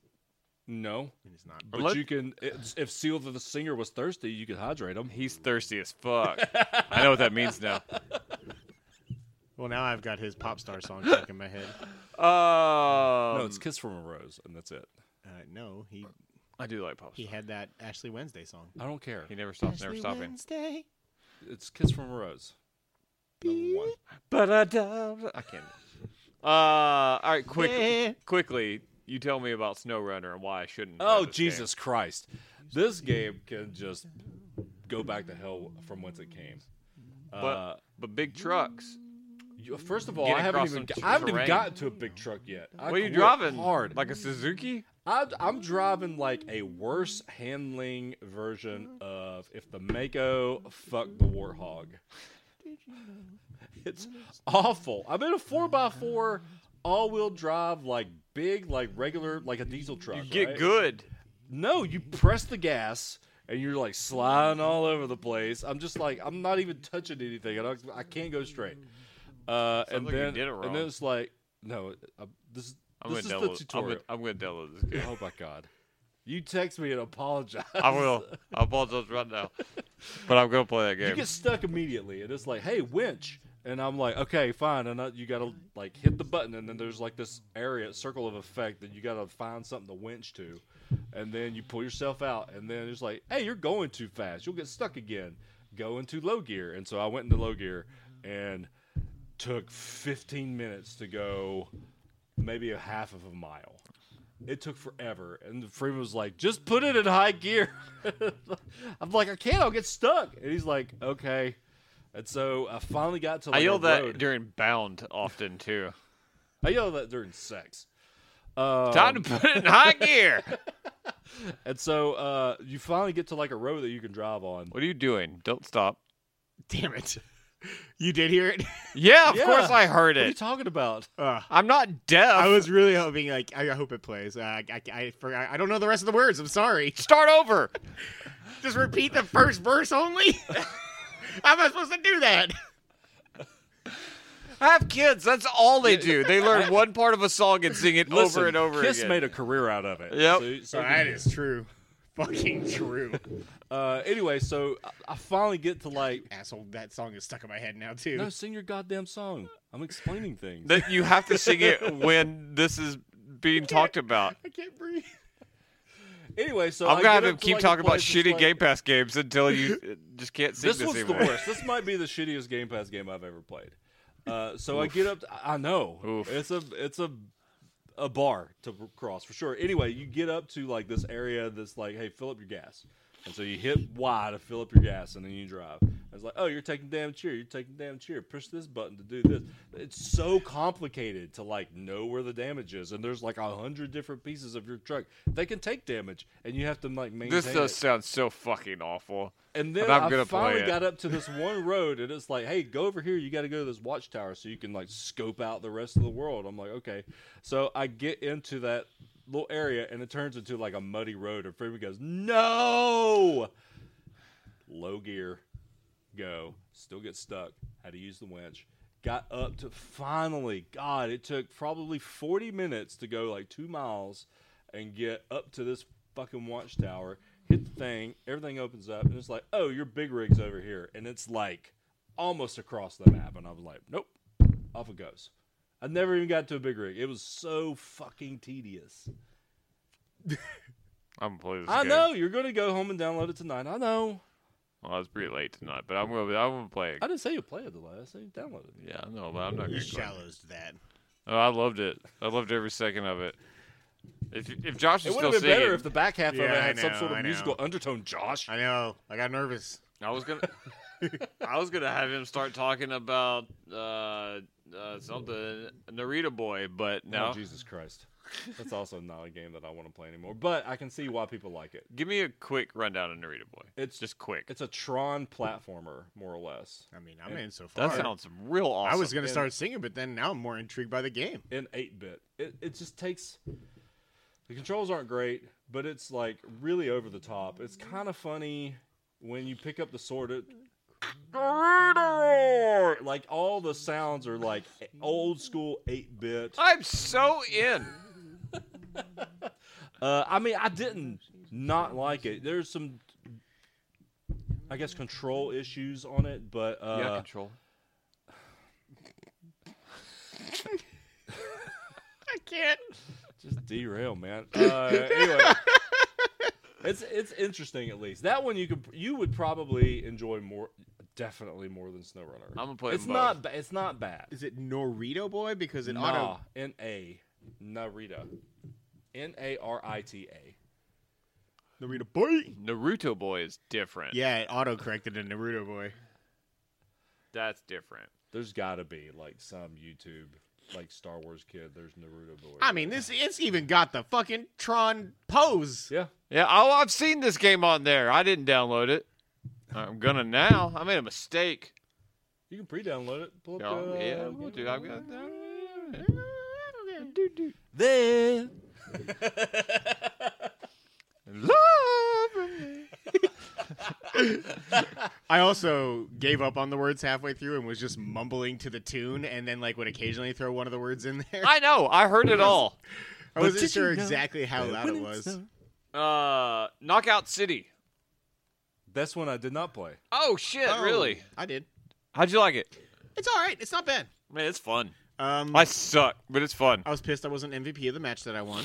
B: No,
C: And it's not.
B: but
A: Let-
B: you can. it's- If Seal the Singer was thirsty, you could hydrate him.
A: He's thirsty as fuck. I know what that means now.
C: Well, now I've got his pop star song stuck in my head.
A: Um,
B: no, it's Kiss from a Rose, and that's it.
C: Uh, no, he
A: I do like pop.
C: he had that Ashley Wednesday song.
B: I don't care.
A: He never stops, never
C: Ashley
A: stopping.
C: Wednesday.
B: It's Kiss from a Rose. Number one.
A: But I doubt I can't. Uh, all right, quick,
C: Yeah.
A: quickly, you tell me about Snow Runner and why I shouldn't. play
B: Oh
A: this
B: Jesus Christ! This game can just go back to hell from whence it came.
A: game.
B: uh,
A: But but big trucks.
B: You- First of all,
A: Get
B: I haven't
A: across
B: even
A: some
B: I haven't even
A: terrain.
B: gotten to a big truck yet. I
A: What are you
B: quit
A: driving?
B: Hard.
A: Like a Suzuki?
B: I, I'm driving like a worse handling version of if the Mako fucked the warthog. It's awful. I'm in a four x four all wheel drive, like big, like regular, like a diesel truck.
A: You get
B: right?
A: good.
B: No, you press the gas and you're like sliding all over the place. I'm just like I'm not even touching anything. I don't, I can't go straight. Uh, and
A: like you
B: then
A: did it
B: and
A: wrong.
B: then it's like no, uh, this
A: I'm
B: this is
A: gonna
B: the
A: download. I'm
B: tutorial.
A: gonna, I'm gonna download this game.
B: Oh my god. You text me and apologize.
A: I will. I apologize right now, but I'm gonna play that
B: You
A: game.
B: get stuck immediately, and it's like, "Hey, winch," and I'm like, "Okay, fine." And I, you gotta like hit the button, and then there's like this area circle of effect that you gotta find something to winch to, and then you pull yourself out, and then it's like, "Hey, you're going too fast. You'll get stuck again. Go into low gear." And so I went into low gear, and took 15 minutes to go maybe a half of a mile. It took forever. And Freeman was like, just put it in high gear. I'm like, I can't, I'll get stuck. And he's like, okay. And so I finally got to like,
A: I
B: a
A: yell that
B: road.
A: during bound often too.
B: I yelled that during sex. Um,
A: Time to put it in high gear.
B: and so uh, you finally get to like a road that you can drive on.
A: What are you doing? Don't stop.
C: Damn it. You did hear it?
A: Yeah, of
B: Yeah.
A: course I heard
B: What are you
A: it.
B: talking about?
C: Uh,
A: I'm not deaf.
C: I was really hoping, like, I hope it plays. Uh, I, I, I, forgot- I don't know the rest of the words. I'm sorry.
A: Start over.
C: Just repeat the first verse only? How am I supposed to do that?
A: I have kids. That's all they do. They learn one part of a song and sing it
B: Listen,
A: over and over
B: Kiss
A: again.
B: made a career out of it.
A: Yep.
B: So- so
C: So that is true. Fucking true.
B: uh, anyway, so I, I finally get to like,
C: Asshole, that song is stuck in my head now, too.
B: no, sing your goddamn song. I'm explaining things.
A: that you have to sing it when this is being talked about.
C: I can't breathe.
B: Anyway, so
A: I'm
B: I
A: gonna have
B: get
A: him
B: up to,
A: keep
B: like, a
A: talking about
B: place that's
A: shitty
B: like,
A: Game Pass games until you uh, just can't sing
B: This
A: this,
B: one's the
A: anymore.
B: worst. This might be the shittiest Game Pass game I've ever played. Uh, so I get up. to- I I know
A: Oof.
B: it's a it's a a bar to cross for sure. Anyway, you get up to like this area that's like, hey, fill up your gas, and so you hit Y to fill up your gas, and then you drive. It's like, oh, you're taking damn cheer. You're taking damn cheer. Push this button to do this. It's so complicated to like know where the damage is, and there's like a hundred different pieces of your truck that can take damage, and you have to like maintain.
A: This
B: it.
A: does sound so fucking awful.
B: And then
A: But I'm
B: i
A: gonna play
B: finally
A: it.
B: got up to this one road, and it's like, hey, go over here. You got to go to this watchtower so you can like scope out the rest of the world. I'm like, okay. So I get into that little area, and it turns into like a muddy road. And Freeman goes, no, low gear, go. Still get stuck. Had to use the winch. Got up to finally, God, it took probably 40 minutes to go like two miles and get up to this fucking watchtower. Hit the thing, everything opens up, and it's like, oh, your big rig's over here. And it's like almost across the map. And I was like, nope, off it goes. I never even got to a big rig. It was so fucking tedious.
A: I'm gonna play this
B: I
A: game.
B: know you're going to go home and download it tonight. I know.
A: Well, it's pretty late tonight, but I'm gonna I'm gonna play it.
B: I didn't say you play it tonight. I said you download it.
A: Yeah, I know, but I'm not
C: You
A: gonna. Go.
C: shallows that.
A: Oh, I loved it. I loved every second of it. If if Josh
B: It
A: was
B: would
A: still
B: have been better
A: singing,
B: if the back half of
C: Yeah,
B: it
C: I
B: had some
C: know,
B: sort
C: I
B: of
C: know.
B: musical undertone, Josh.
C: I know. I got nervous.
A: I was gonna. I was gonna have him start talking about uh, uh, something Narita boy, but no.
B: Oh, Jesus Christ. That's also not a game that I want to play anymore. But I can see why people like it.
A: Give me a quick rundown of Narita boy.
B: It's
A: Just quick.
B: It's a Tron platformer, more or less,
C: I mean, I'm in so far.
A: That sounds real awesome.
C: I was going
B: and-
C: to start singing, but then now I'm more intrigued by the game.
B: in 8 bit. It, it just takes. The controls aren't great, but it's like really over the top. It's kind of funny when you pick up the sword. It, like all the sounds are like old school 8 bit.
A: I'm so in.
B: Uh, I mean, I didn't not like it. There's some, I guess, control issues on it, but uh,
A: yeah, control.
C: I can't.
B: just derail, man. Uh, anyway, it's it's interesting at least. That one you could you would probably enjoy more, definitely more than SnowRunner.
A: I'm gonna play
B: It's
A: them
B: not ba- it's not bad.
C: Is it Norito Boy? Because it
B: Nah,
C: auto.
B: N A, Narita, N A R I T A.
C: Norito Boy?
A: Naruto boy is different.
C: Yeah, it auto corrected a Naruto Boy.
A: that's different.
B: There's got to be like some YouTube like Star Wars kid. There's Naruto boy.
C: I mean, this it's even got the fucking Tron pose.
B: Yeah.
A: Yeah, oh, I've seen this game on there. I didn't download it. I'm gonna now. I made a mistake.
B: You can pre-download it. Pull up,
A: Oh,
B: uh,
A: yeah, we'll do. I've got
B: There.
A: love.
C: I also gave up on the words halfway through and was just mumbling to the tune, and then like would occasionally throw one of the words in there.
A: I know. I heard it all.
C: I wasn't sure exactly how loud it was.
A: Uh, Knockout City.
B: That's one I did not play.
A: Oh shit!
C: Oh,
A: Really?
C: I did.
A: How'd you like it?
C: It's all right. It's not bad.
A: Man, it's fun.
C: Um,
A: I suck, but it's fun.
C: I was pissed I wasn't MVP of the match that I won.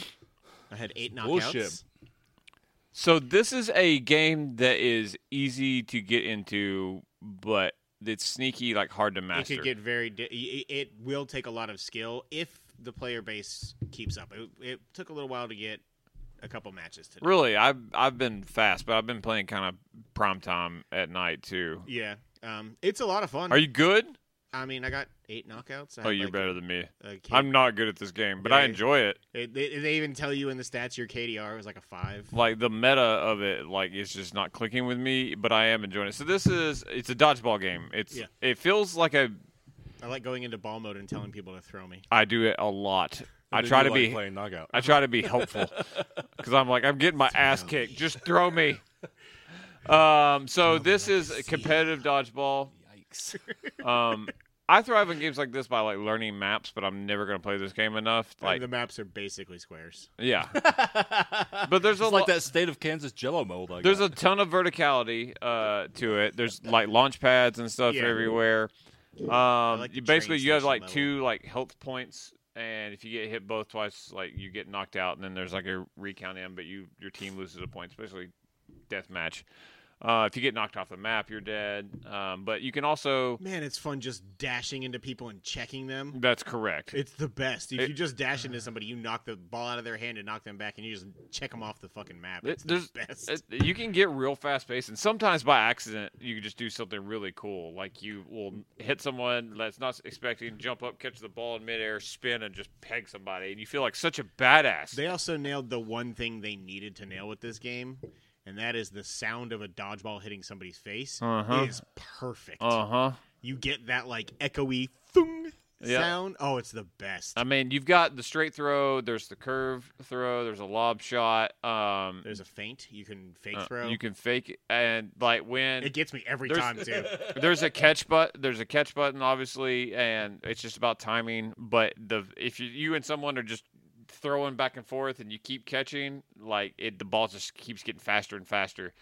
C: I had eight knockouts.
B: Bullshit.
A: So this is a game that is easy to get into, but it's sneaky, like hard to
C: It
A: master.
C: could get very. Di- it- it will take a lot of skill if the player base keeps up. It, it took a little while to get a couple matches today.
A: really, I've I've been fast, but I've been playing kind of prime time at night too.
C: Yeah, um, it's a lot of fun.
A: Are you good?
C: I mean, I got eight knockouts. I
A: Oh,
C: had,
A: you're
C: like,
A: better than me.
C: a K-
A: I'm not good at this game, but I
C: Yeah.
A: enjoy it.
C: They, they, they even tell you in the stats your KDR was like a five.
A: Like the meta of it, like it's just not clicking with me, but I am enjoying it. So this is it's a dodgeball game. It's
C: Yeah.
A: it feels like a
C: I like going into ball mode and telling people to throw me.
A: I do it a lot. I
B: Then
A: try
B: you
A: to
B: like
A: be
B: playing knockout.
A: I try to be helpful because I'm like I'm getting my ass kicked. Just throw me. Um,
B: Oh,
A: so this is a competitive dodgeball.
B: Yikes.
A: Um, I thrive in games like this by like learning maps, but I'm never gonna play this game enough.
C: Like,
A: Like,
C: the maps are basically squares.
A: yeah. But there's a
B: It's like
A: lot.
B: that state of Kansas Jello mold. I
A: There's
B: got.
A: a ton of verticality uh, to it. There's like launch pads and stuff
C: Yeah.
A: everywhere. Um,
C: like
A: you
C: the train
A: basically you have
C: station
A: like
C: level.
A: two like health points, and if you get hit both twice, like you get knocked out, and then there's like a recount in, but you your team loses a point, especially death match. Uh, if you get knocked off the map, you're dead. Um, but you can also
C: Man, it's fun just dashing into people and checking them.
A: that's correct.
C: It's the best. If
A: It-
C: you just dash into somebody, you knock the ball out of their hand and knock them back, and you just check them off the fucking map.
A: It-
C: It's
A: there's-
C: the best.
A: it- Uh, you can get real fast paced, and sometimes by accident, you can just do something really cool. Like you will hit someone that's not expecting, jump up, catch the ball in midair, spin, and just peg somebody, and you feel like such a badass.
C: They also nailed the one thing they needed to nail with this game, and that is the sound of a dodgeball hitting somebody's face
A: Uh-huh.
C: is perfect.
A: Uh huh.
C: You get that like echoey thung
A: Yeah.
C: sound. Oh, it's the best.
A: I mean, you've got the straight throw, there's the curve throw, there's a lob shot. Um,
C: There's a feint. You can fake
A: uh,
C: throw.
A: you can fake it, and like when
C: it gets me every
A: There's-
C: time too.
A: there's a catch but there's a catch button obviously and it's just about timing but the if you, you and someone are just throwing back and forth and you keep catching like it the ball just keeps getting faster and faster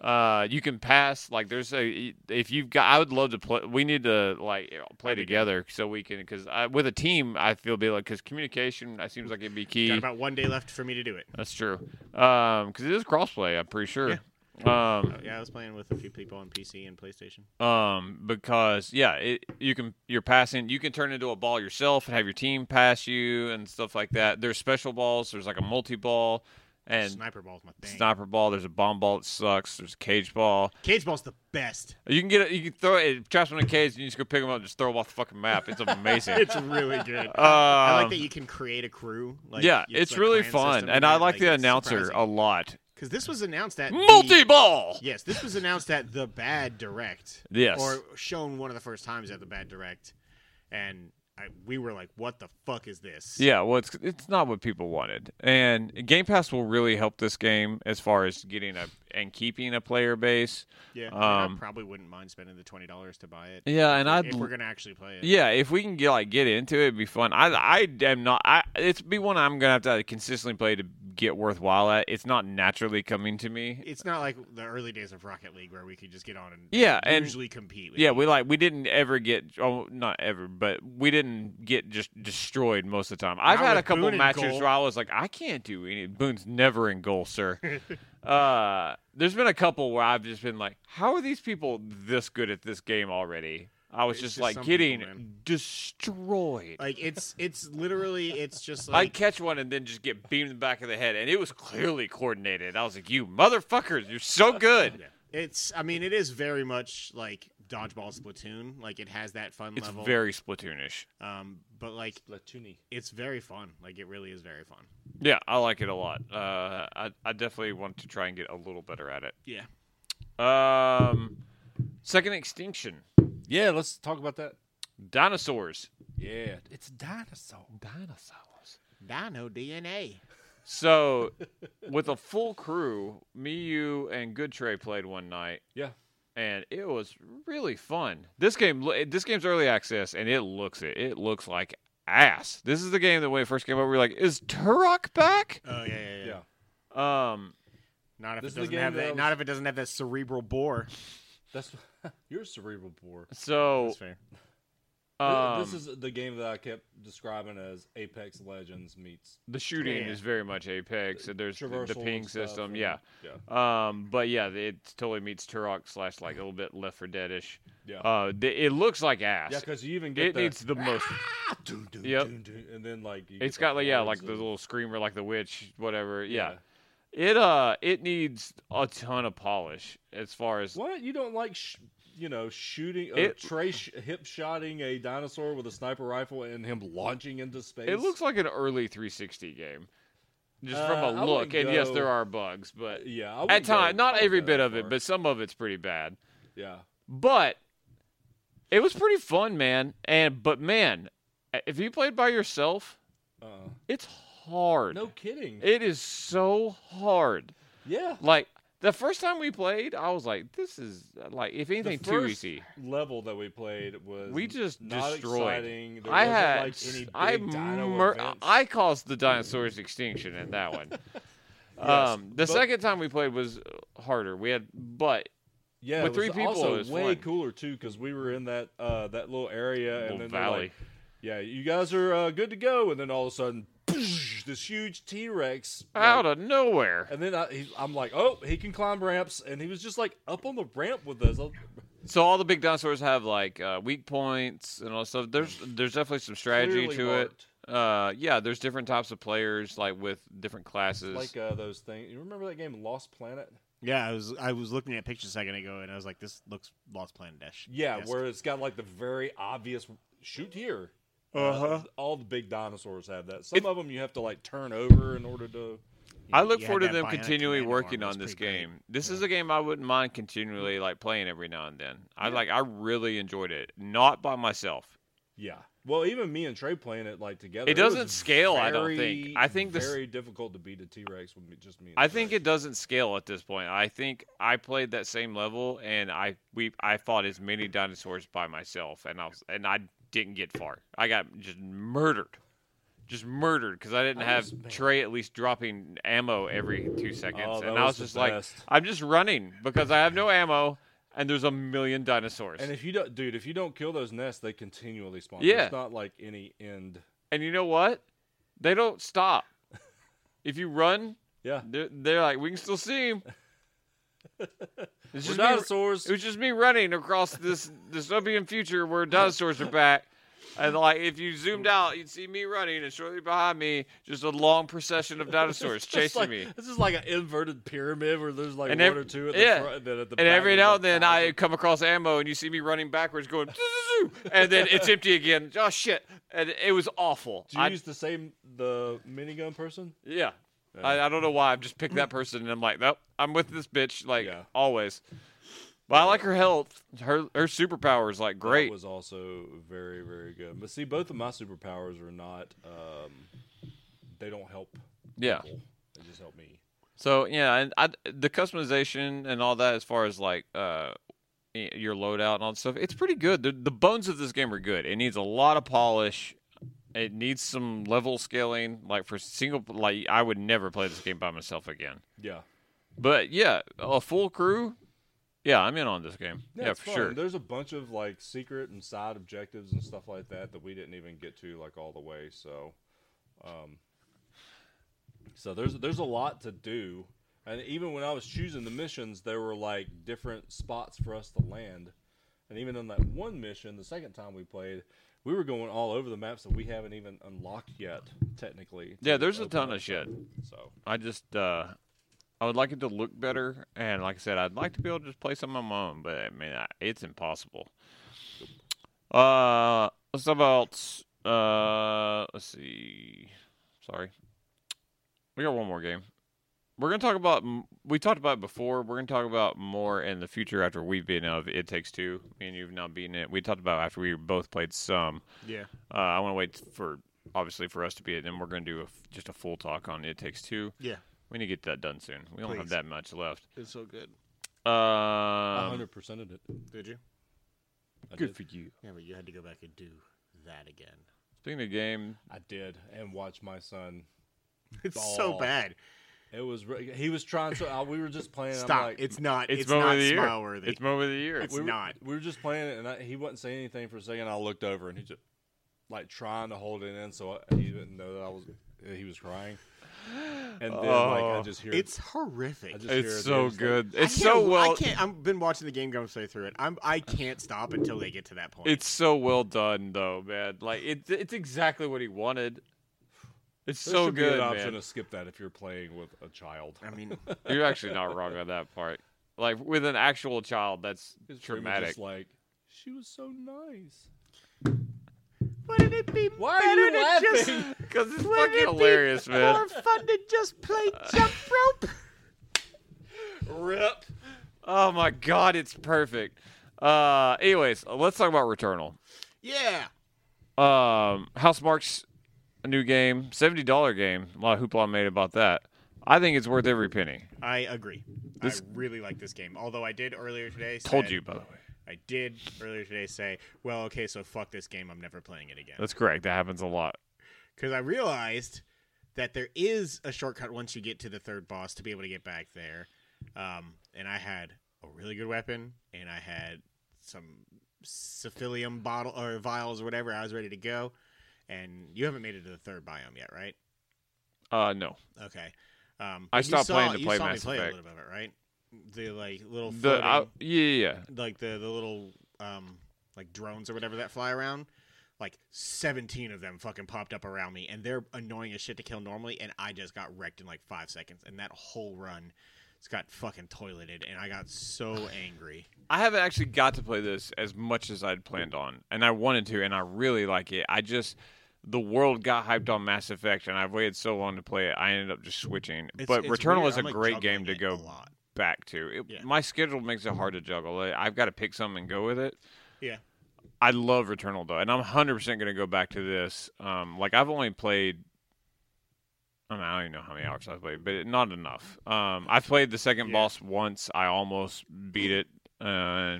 A: uh you can pass like there's a if you've got i would love to play we need to like play together so we can because with a team i feel be like because communication i seems like it'd be key
C: Got about one day left for me to do it.
A: that's true um because it is crossplay i'm pretty sure um
C: Oh, Yeah, I was playing with a few people on PC and PlayStation.
A: um because yeah it, you can you're passing you can turn into a ball yourself and have your team pass you and stuff like that there's special balls there's like a multi-ball and
C: Sniper ball's my thing.
A: sniper ball there's a bomb ball that sucks there's a cage ball
C: Cage ball's the best.
A: you can get it you can throw it, it traps them in a cage and you just go pick them up and just throw them off the fucking map it's amazing
C: It's really good. I like that you can create a crew. Like,
A: Uh, um, yeah it's really fun and i like the announcer a lot
C: because this was announced at the-
A: multi-ball
C: Yes, this was announced at the Bad Direct.
A: Yes.
C: Or shown one of the first times at the Bad Direct. And I, we were like, what the fuck is this?
A: Yeah, well, it's it's not what people wanted, and Game Pass will really help this game as far as getting a and keeping a player base.
C: Yeah. I, mean, I
A: Um,
C: probably wouldn't mind spending the $20 to buy it.
A: Yeah, and I'd
C: if we're going to actually play it.
A: yeah, if we can get like get into it, it'd be fun. I I am not. I it's be one I'm gonna have to consistently play to get worthwhile at. It's not naturally coming to me.
C: It's not like the early days of Rocket League where we could just get on and
A: Yeah, and-
C: usually compete. With
A: Yeah,
C: people.
A: we like we didn't ever get oh not ever, but we didn't get just destroyed most of the time. I've
C: Not
A: had a
C: with
A: couple
C: Boone in
A: matches
C: goal.
A: where I was like, I can't do any. Boone's never in goal, sir. uh, there's been a couple where I've just been like, how are these people this good at this game already? I was
C: It's
A: just,
C: just
A: like
C: some
A: getting
C: people, man.
A: destroyed.
C: like it's it's literally it's just
A: I'd
C: like
A: catch one and then just get beamed in the back of the head, and it was clearly coordinated. I was like, "You motherfuckers, you're so good."
C: it's I mean it is very much like dodgeball Splatoon. Like it has that fun
A: It's
C: level.
A: very Splatoonish.
C: um, but like
B: Platoony.
C: it's very fun. Like it really is very fun.
A: Yeah, I like it a lot. Uh, I I definitely want to try and get a little better at it.
C: Yeah.
A: Um, second extinction,
B: Yeah, let's talk about that.
A: dinosaurs.
B: Yeah, it's a dinosaur.
A: Dinosaurs.
C: Dino DNA.
A: So, with a full crew, me, you, and Good Trey played one night,
B: Yeah,
A: and it was really fun. This game, lo- this game's early access, and it looks it. It looks like ass. This is the game that when it first came out, we were like, "Is Turok back?"
C: Oh yeah, yeah, yeah.
B: yeah.
A: Um,
C: Not if
B: This is
C: it
B: the
C: doesn't
B: game
C: have
B: that I
C: that.
B: was-
C: Not if it doesn't have that cerebral bore.
B: That's you're a cerebral bore.
A: so
C: That's fair.
A: um,
B: this is the game that I kept describing as Apex Legends meets
A: the shooting
C: Yeah.
A: is very much Apex, and there's the,
B: traversal.
A: the ping
B: and stuff
A: system.
B: and-
A: Yeah.
B: yeah,
A: Um, but yeah, it totally meets Turok slash like a little bit Left for Deadish.
B: yeah,
A: Uh, th- it looks like ass.
B: Because you even get
A: it
B: the, Ah,
A: needs the most.
B: dun, dun,
A: Yep.
B: dun, dun, and then like you
A: It's
B: get
A: got like yeah,
B: hordes
A: like the
B: of-
A: little screamer, like the witch, whatever. Yeah. it uh, it needs a ton of polish as far as
B: What you don't like? Sh- you know, shooting uh,
A: It-
B: Trey sh- hip shotting a dinosaur with a sniper rifle and him launching into space.
A: it looks like an early 360 game, just from
B: Uh,
A: a
B: I
A: look.
B: wouldn't
A: And yes, there
B: go-
A: are bugs, but
B: yeah, I
A: at
B: wouldn't go-
A: time,
B: I
A: not
B: wouldn't
A: every
B: go
A: bit
B: that
A: of it,
B: far.
A: but some of it's pretty bad.
B: yeah,
A: But it was pretty fun, man. And but man, if you played by yourself,
B: uh,
A: it's hard.
B: no kidding.
A: It is so hard.
B: yeah,
A: Like the first time we played, I was like, "This is like if anything
B: the
A: too
B: first
A: easy."
B: level that we played was
A: We just
B: not
A: destroyed.
B: exciting. There
A: I
B: wasn't,
A: had
B: like any big
A: I
B: dino
A: mur-
B: events.
A: I caused the dinosaurs extinction in that one. um, the
B: but-
A: second time we played was uh, harder. We had but
B: yeah,
A: with
B: it
A: three
B: was
A: people,
B: also
A: it was
B: way
A: fun.
B: cooler too because we were in that uh, that little area
A: Little
B: and then they're
A: valley.
B: Like, yeah, you guys are uh, good to go, and then all of a sudden, this huge T Rex
A: out of nowhere.
B: And then I, he, I'm like, oh, he can climb ramps, and he was just like up on the ramp with us. I-
A: So all the big dinosaurs have like uh, weak points and all that stuff. There's there's definitely some strategy
B: Clearly
A: to
B: marked.
A: it. Uh, yeah, there's different types of players like with different classes.
B: Like uh, those things. You remember that game Lost Planet?
C: Yeah, I was I was looking at pictures a second ago, and I was like, "This looks Lost Planet Dash."
B: Yeah, where it's got like the very obvious shoot here. Uh,
C: Uh-huh.
B: all the big dinosaurs have that. Some
A: It-
B: of them you have to like turn over in order to.
A: I look forward to them continually working on this game. This is a game I wouldn't mind continually
B: Mm-hmm.
A: like playing every now and then. I like I really enjoyed it, not by myself.
B: Yeah. Well, even me and Trey playing it like together.
A: It doesn't
B: was
A: scale, I don't
B: very,
A: think. I think this-
B: very difficult to beat a T Rex with me, just me. And
A: I think
B: Trey.
A: it doesn't scale at this point. I think I played that same level and I we I fought as many dinosaurs by myself and I was, and I didn't get far. I got just murdered. Just murdered because I didn't
B: I
A: have
B: was- man.
A: Trey at least dropping ammo every two seconds,
B: Oh, that
A: and I
B: was
A: was
B: the
A: just like,
B: best.
A: I'm just running because I have no ammo, and there's a million dinosaurs.
B: And if you don't, dude, if you don't kill those nests, they continually spawn.
A: Yeah.
B: It's not like any end.
A: And you know what? They don't stop. If you run,
B: Yeah.
A: they're, they're like, we can still see him. It's
B: We're
A: just me,
B: dinosaurs.
A: it was just me running across this dystopian future where dinosaurs are back. And like, if you zoomed out, you'd see me running, and shortly behind me, just a long procession of dinosaurs
B: It's
A: chasing
B: like-
A: me.
B: This is like an inverted pyramid where there's like
A: And
B: one
A: ev-
B: or two at the
A: yeah.
B: front, and then at the
A: And
B: back
A: every
B: is
A: now
B: like
A: and then, I
B: thousands.
A: come across ammo, and you see me running backwards, going, "Zoo-zoo-zoo," and then it's empty again. Oh shit! And it was awful.
B: Do you
A: I,
B: use the same the minigun person?
A: yeah, I, I don't know why. I've just picked that person, and I'm like, nope, I'm with this bitch, like
B: Yeah.
A: always. But I like her health. Her her superpower is like great.
B: That was also very very good. But see, both of my superpowers are not. Um, they don't help.
A: yeah.
B: people. They just help me.
A: So yeah, and I, the customization and all that, as far as like uh, y- your loadout and all that stuff, it's pretty good. The, the bones of this game are good. It needs a lot of polish. It needs some level scaling. Like for single, like I would never play this game by myself again.
B: Yeah.
A: But yeah, a full crew. Yeah, I'm in on this game. Yeah,
B: it's
A: for
B: fun.
A: sure.
B: There's a bunch of like secret and side objectives and stuff like that that we didn't even get to like all the way. So, um, so there's there's a lot to do, and even when I was choosing the missions, there were like different spots for us to land, and even on that one mission, the second time we played, we were going all over the maps that we haven't even unlocked yet technically. to
A: Yeah, there's a
B: open
A: ton
B: up
A: of shit.
B: So
A: I just uh, I would like it to look better, and like I said, I'd like to be able to just play some on my own, but I mean, I, it's impossible. Uh, let's talk about uh, let's see. Sorry, we got one more game. We're gonna talk about m- we talked about it before. We're gonna talk about more in the future after we've been of It Takes Two. Me and you've now beaten it. We talked about after we both played some.
C: Yeah.
A: Uh, I want to wait for obviously for us to be it. Then we're gonna do a f just a full talk on It Takes Two.
C: Yeah.
A: We need to get that done soon. We don't have
C: Please.
A: that much left.
C: It's so good.
A: Um,
B: hundred percent of it.
C: Did you?
B: I
A: good
B: did.
A: for you.
C: Yeah, but you had to go back and do that again.
A: Speaking of game,
B: I did, and watch my son.
C: It's
B: Oh.
C: so bad.
B: It was re- he was trying so uh, we were just playing. I'm
C: Stop.
B: like-
C: it's not.
A: it's,
C: It's,
A: moment
C: not
A: of the year.
C: smile worthy.
A: It's moment of the year.
C: It's-
B: we were,
C: not.
B: We were just playing it, and I, he wasn't saying anything for a second. I looked over, and he just like trying to hold it in, so I, he didn't know that I was he was crying. And then like I
A: Oh.
B: just hear
C: It's horrific.
B: I just hear
A: It's
B: it,
A: so
B: it's like-
A: good.
C: I
A: It's
C: can't-
A: so well.
C: I can't. I've been watching the game guys play through it. I'm. I can't stop until they get to that point.
A: It's so well done, though, man. Like it's it's exactly what he wanted. It's
B: There
A: so
B: should be
A: good,
B: an option
A: man.
B: to skip that if you're playing with a child.
C: I mean,
A: You're actually not wrong on that part. Like with an actual child, that's
B: It's pretty much
A: traumatic.
B: Just like she was so nice.
C: wouldn't it be
B: Why are you
C: better to
B: laughing?
A: Because it's
C: wouldn't
A: fucking
C: it be
A: hilarious, man. Uh,
C: fun to just play jump rope?
B: Rip.
A: Oh my god, it's perfect. Uh, anyways, let's talk about Returnal.
C: Yeah.
A: Um, House Marks, a new game, seventy dollar game. A lot of hoopla made about that. I think it's worth every penny.
C: I agree.
A: This-
C: I really like this game. Although I did earlier today.
A: Told
C: said-
A: you, by the way.
C: I did earlier today say, well, okay, so fuck this game. I'm never playing it again.
A: That's correct. That happens a lot.
C: Because I realized that there is a shortcut once you get to the third boss to be able to get back there. Um, and I had a really good weapon, and I had some cephilium bottle or vials or whatever. I was ready to go. And you haven't made it to the third biome yet, right?
A: Uh, no.
C: Okay. Um,
A: I
C: but you
A: stopped
C: saw-
A: playing to
C: you
A: play
C: saw me
A: Mass
C: play
A: Effect.
C: a little bit of it, right? The like little
A: The I,
C: floating-
A: yeah, yeah, yeah.
C: like the the little um like drones or whatever that fly around. Like seventeen of them fucking popped up around me, and they're annoying as shit to kill normally, and I just got wrecked in like five seconds, and that whole run, it's got fucking toileted, and I got so angry.
A: I haven't actually got to play this as much as I'd planned on, and I wanted to, and I really like it. I just the world got hyped on Mass Effect, and I've waited so long to play it. I ended up just switching.
C: It's-
A: but
C: it's
A: Returnal
C: weird.
A: is a
C: I'm, like,
A: great game to
C: juggling
A: go
C: it a lot.
A: back to. It,
C: Yeah.
A: My schedule makes it hard to juggle. I- I've got to pick something and go with it.
C: Yeah,
A: I love Returnal though, and I'm 100 percent going to go back to this. Um, like I've only played. I, mean, I don't even know how many hours I've played, but it, not enough. Um, I've played the second
C: Yeah.
A: boss once. I almost beat it, uh,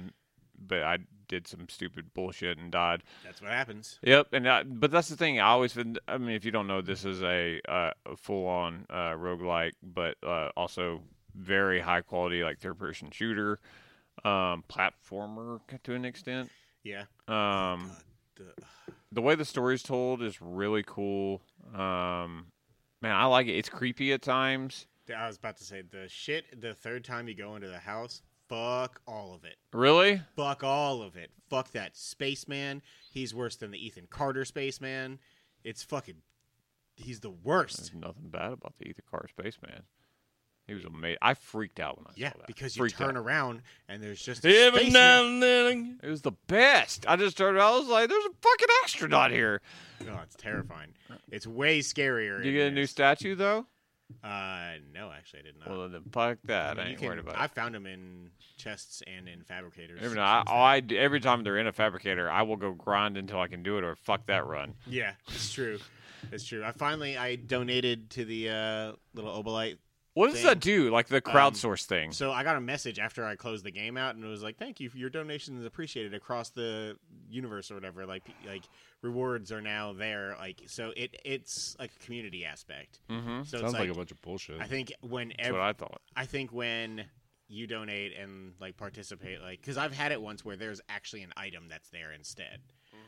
A: but I did some stupid bullshit and died.
C: that's what happens.
A: Yep, and I, but that's the thing. I always been. I mean, if you don't know, this is a, uh, a full on uh, roguelike, but uh, also very high quality, like third person shooter, um, platformer to an extent.
C: Yeah.
A: Um,
C: Oh, God, the-
A: the way the story's told is really cool. Um, man, I like it. It's creepy at times.
C: the- I was about to say the shit. The third time you go into the house, fuck all of it.
A: Really?
C: Fuck all of it. Fuck that spaceman. He's worse than the Ethan Carter spaceman. It's fucking. He's the worst.
A: There's nothing bad about the Ether Car Spaceman. He was amazing. I freaked out when I
C: Yeah,
A: saw that.
C: because you
A: Freaked
C: turn
A: out.
C: around and there's just a
B: Every
C: spaceman.
B: now and then.
A: It was the best. I just turned. around, I was like, "There's a fucking astronaut here."
C: Oh, it's terrifying. It's way scarier.
A: Did you
C: in
A: get a new
C: this.
A: statue though?
C: Uh, no, actually, I did not.
A: Well, then fuck that. I,
C: mean, you
A: ain't
C: can-
A: worried about
C: I
A: it.
C: found them in chests and in fabricators.
A: Every, I, all Oh, I do- every time they're in a fabricator, I will go grind until I can do it, or fuck that run.
C: yeah, it's true. It's true. I finally I donated to the uh, little Obelite
A: What does
C: Dang.
A: that do? Like the crowdsource thing?
C: So I got a message after I closed the game out, and it was like, "Thank you, for your donation is appreciated across the universe or whatever." Like, like rewards are now there. Like, so it it's like a community aspect.
A: Mm-hmm.
C: So
B: Sounds
C: it's
B: like,
C: like,
B: a bunch of bullshit.
C: I think when
A: That's
C: ev-
A: what
C: I-,
A: I thought.
C: think when you donate and like participate, like because I've had it once where there's actually an item that's there instead.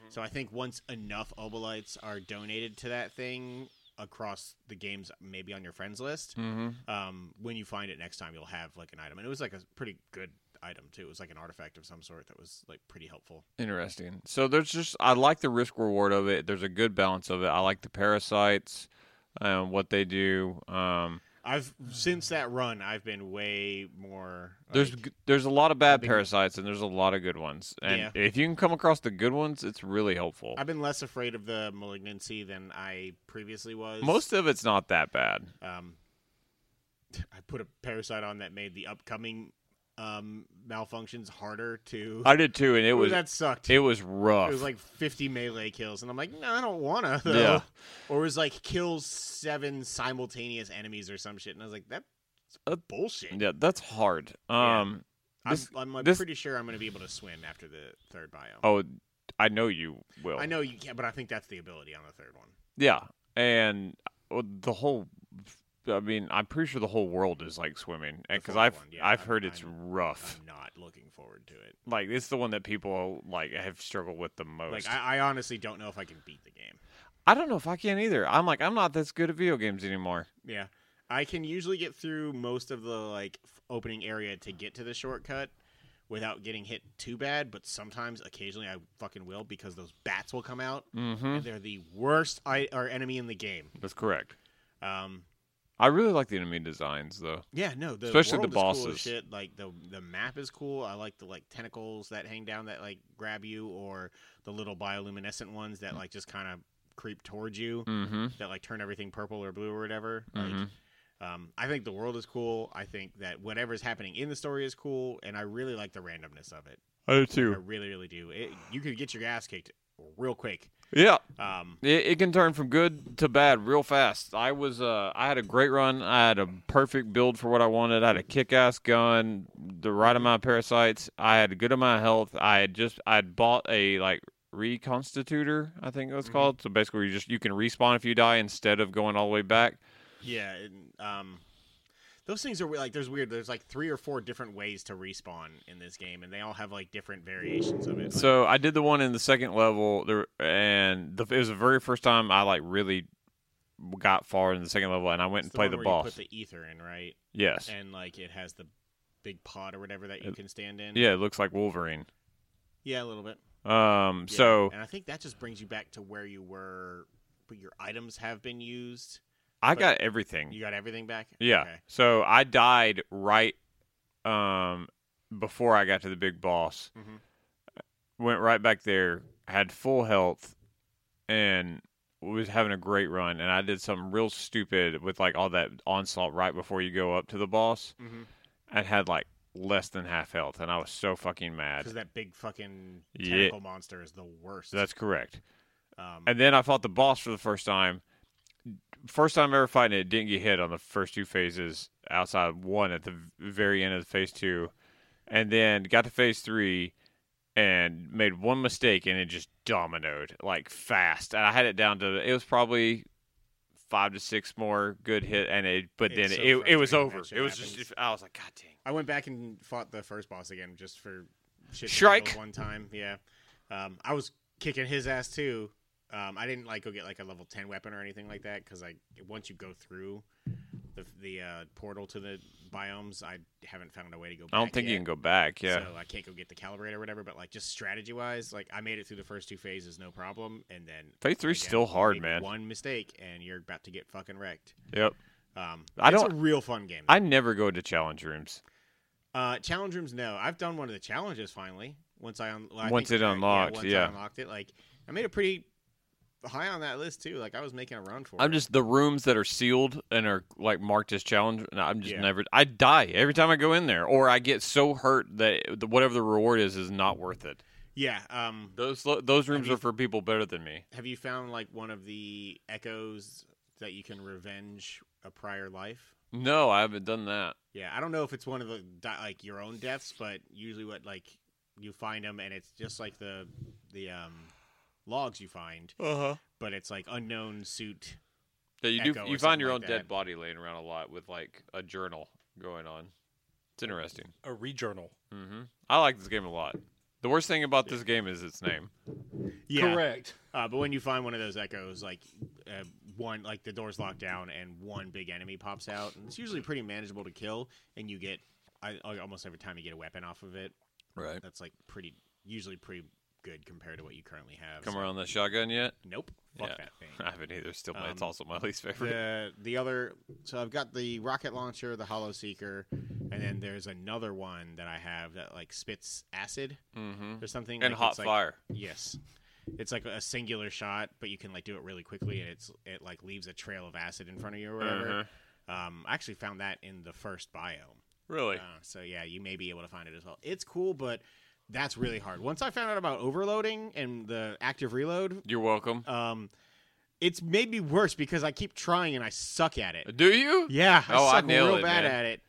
C: So I think once enough obelites are donated to that thing across the games, maybe on your friends list,
A: Mm-hmm.
C: um, when you find it next time, you'll have like an item, and it was like a pretty good item too. It was like an artifact of some sort that was like pretty helpful.
A: Interesting. So there's just I like the risk reward of it. There's a good balance of it. I like the parasites and what they do. Um,
C: I've since that run, I've been way more.
A: There's
C: like,
A: g there's a lot of bad
C: big-
A: parasites and there's a lot of good ones. And
C: Yeah.
A: if you can come across the good ones, it's really helpful.
C: I've been less afraid of the malignancy than I previously was.
A: Most of it's not that bad.
C: um, I put a parasite on that made the upcoming um malfunctions harder to.
A: I did too, and it
C: Ooh,
A: was
C: that sucked.
A: it was rough.
C: It was like 50 melee kills, and I'm like, no, I don't wanna. Though.
A: Yeah.
C: Or it was like kill seven simultaneous enemies or some shit, and I was like, that's
A: Uh,
C: bullshit.
A: yeah, that's hard.
C: Yeah.
A: Um, this-
C: I'm, I'm like,
A: this-
C: pretty sure I'm gonna be able to swim after the third biome.
A: oh, I know you will.
C: I know you can, but I think that's the ability on the third one.
A: Yeah, and uh, the whole. I mean, I'm pretty sure the whole world is like swimming, because
C: fourth
A: I've
C: one, yeah,
A: I've
C: I'm-
A: heard it's
C: I'm-
A: rough.
C: I'm not looking forward to it.
A: like it's the one that people like have struggled with the most.
C: Like, I, I honestly don't know if I can beat the game.
A: I don't know if I can either. I'm like I'm not this good at video games anymore.
C: Yeah, I can usually get through most of the like f- opening area to get to the shortcut without getting hit too bad. But sometimes, occasionally, I fucking will because those bats will come out.
A: Mm-hmm.
C: They're the worst I- or enemy in the game.
A: That's correct.
C: Um,
A: I really like the enemy designs though.
C: yeah, no, the
A: Especially
C: world
A: the
C: is cool as
A: bosses.
C: shit. Like the the map is cool. I like the like tentacles that hang down that like grab you, or the little bioluminescent ones
A: Mm.
C: that like just kind of creep towards you.
A: Mm-hmm.
C: that like turn everything purple or blue or whatever.
A: Mhm.
C: Like, um, I think the world is cool. I think that whatever's happening in the story is cool, and I really like the randomness of it.
A: I do
C: I
A: too.
C: really, really do. It, you could get your ass kicked real quick.
A: Yeah,
C: Um,
A: it, it can turn from good to bad real fast. I was uh, I had a great run. I had a perfect build for what I wanted. I had a kick-ass gun, the right amount of parasites. I had a good amount of health. I had just I had bought a like reconstitutor. I think it was
C: Mhm.
A: called. So basically, you just you can respawn if you die instead of going all the way back.
C: yeah. and, um, those things are we- like there's weird. There's like three or four different ways to respawn in this game, and they all have like different variations of it. Like,
A: So I did the one in the second level there, and the, it was the very first time I like really got far in the second level, and I went
C: it's
A: and played the
C: one where
A: boss.
C: You put the ether in, right?
A: yes,
C: And like it has the big pod or whatever that you
A: It-
C: can stand in.
A: yeah, it looks like Wolverine.
C: yeah, a little bit.
A: Um,
C: Yeah,
A: so
C: and I think that just brings you back to where you were, but your items have been used.
A: I
C: but-
A: got everything.
C: You got everything back.
A: Yeah.
C: Okay.
A: So I died right um before I got to the big boss.
C: Mhm. Mm-hmm.
A: Went right back there, had full health, and was having a great run. And I did something real stupid with like all that onslaught right before you go up to the boss,
C: Mhm.
A: and had like less than half health, and I was so fucking mad.
C: Because that big fucking
A: Yeah.
C: tentacle monster is the worst.
A: That's correct.
C: um,
A: And then I fought the boss for the first time. First time ever fighting it, didn't get hit on the first two phases outside of one at the v- very end of phase two. And then got to phase three and made one mistake and it just dominoed like fast. And I had it down to it was probably five to six more good hit and it but
C: It's
A: then
C: so
A: it, it was
C: frustrating
A: over.
C: that shit
A: It was
C: happens.
A: just I was like, God dang.
C: I went back and fought the first boss again just for shit to
A: Shrike.
C: handle one time. Yeah, um, I was kicking his ass too. Um, I didn't like go get like a level ten weapon or anything like that because I once you go through the the uh, portal to the biomes, I haven't found a way to go. back
A: I don't think
C: yet.
A: you can go back, yeah.
C: So I can't go get the calibrate or whatever, but like just strategy wise, like I made it through the first two phases no problem, and then
A: phase three's
C: again,
A: still
C: you
A: hard,
C: make
A: man.
C: One mistake and you're about to get fucking wrecked.
A: Yep.
C: Um,
A: I
C: it's
A: don't-
C: a real fun game.
A: I never go to challenge rooms.
C: uh, challenge rooms, no. I've done one of the challenges finally. Once I, un- well, I
A: Once
C: think-
A: it
C: uh,
A: unlocked,
C: yeah, once
A: yeah.
C: I unlocked it. Like I made it pretty high on that list too. Like I was making a run for
A: I'm
C: it.
A: just the rooms that are sealed and are like marked as challenge. And I'm just
C: Yeah.
A: never. I die every time I go in there, or I get so hurt that it- the- whatever the reward is is not worth it.
C: yeah. Um,
A: Those lo- those rooms
C: you-
A: are for people better than me.
C: have you found like one of the echoes that you can revenge a prior life?
A: No, I haven't done that.
C: Yeah, I don't know if it's one of the di- like your own deaths, but usually what like you find them and it's just like the the um logs you find,
A: Uh huh.
C: but it's like unknown suit.
A: Yeah, you do.
C: Echo
A: You
C: or something
A: find your
C: like
A: own
C: that.
A: dead body laying around a lot with like a journal going on. It's interesting.
B: A rejournal.
A: hmm I like this game a lot. The worst thing about this game is its name.
C: Yeah,
B: Correct.
C: Uh, but when you find one of those echoes, like uh, one like the door's locked down and one big enemy pops out, and it's usually pretty manageable to kill, and you get I, I- almost every time you get a weapon off of it.
A: Right.
C: That's like pretty usually pretty good compared to what you currently have.
A: Come
C: so-
A: around the shotgun yet?
C: Nope. Fuck
A: Yeah.
C: that thing.
A: I haven't either. Still, my it's
C: Um,
A: also my least favorite.
C: the the other so I've got the rocket launcher, the hollow seeker, and then there's another one that I have that like spits acid
A: Mm-hmm.
C: or something
A: And
C: like,
A: hot
C: it's, like-
A: fire.
C: Yes. It's like a singular shot, but you can like do it really quickly, and it's it like leaves a trail of acid in front of you or whatever.
A: Mm-hmm.
C: Um, I actually found that in the first biome.
A: Really?
C: Uh, so yeah, you may be able to find it as well. It's cool, but that's really hard. Once I found out about overloading and the active reload,
A: You're welcome.
C: um, it's made me worse because I keep trying and I suck at it.
A: Do you?
C: Yeah, I
A: Oh, I
C: suck
A: nail
C: real
A: it,
C: bad
A: man.
C: at it.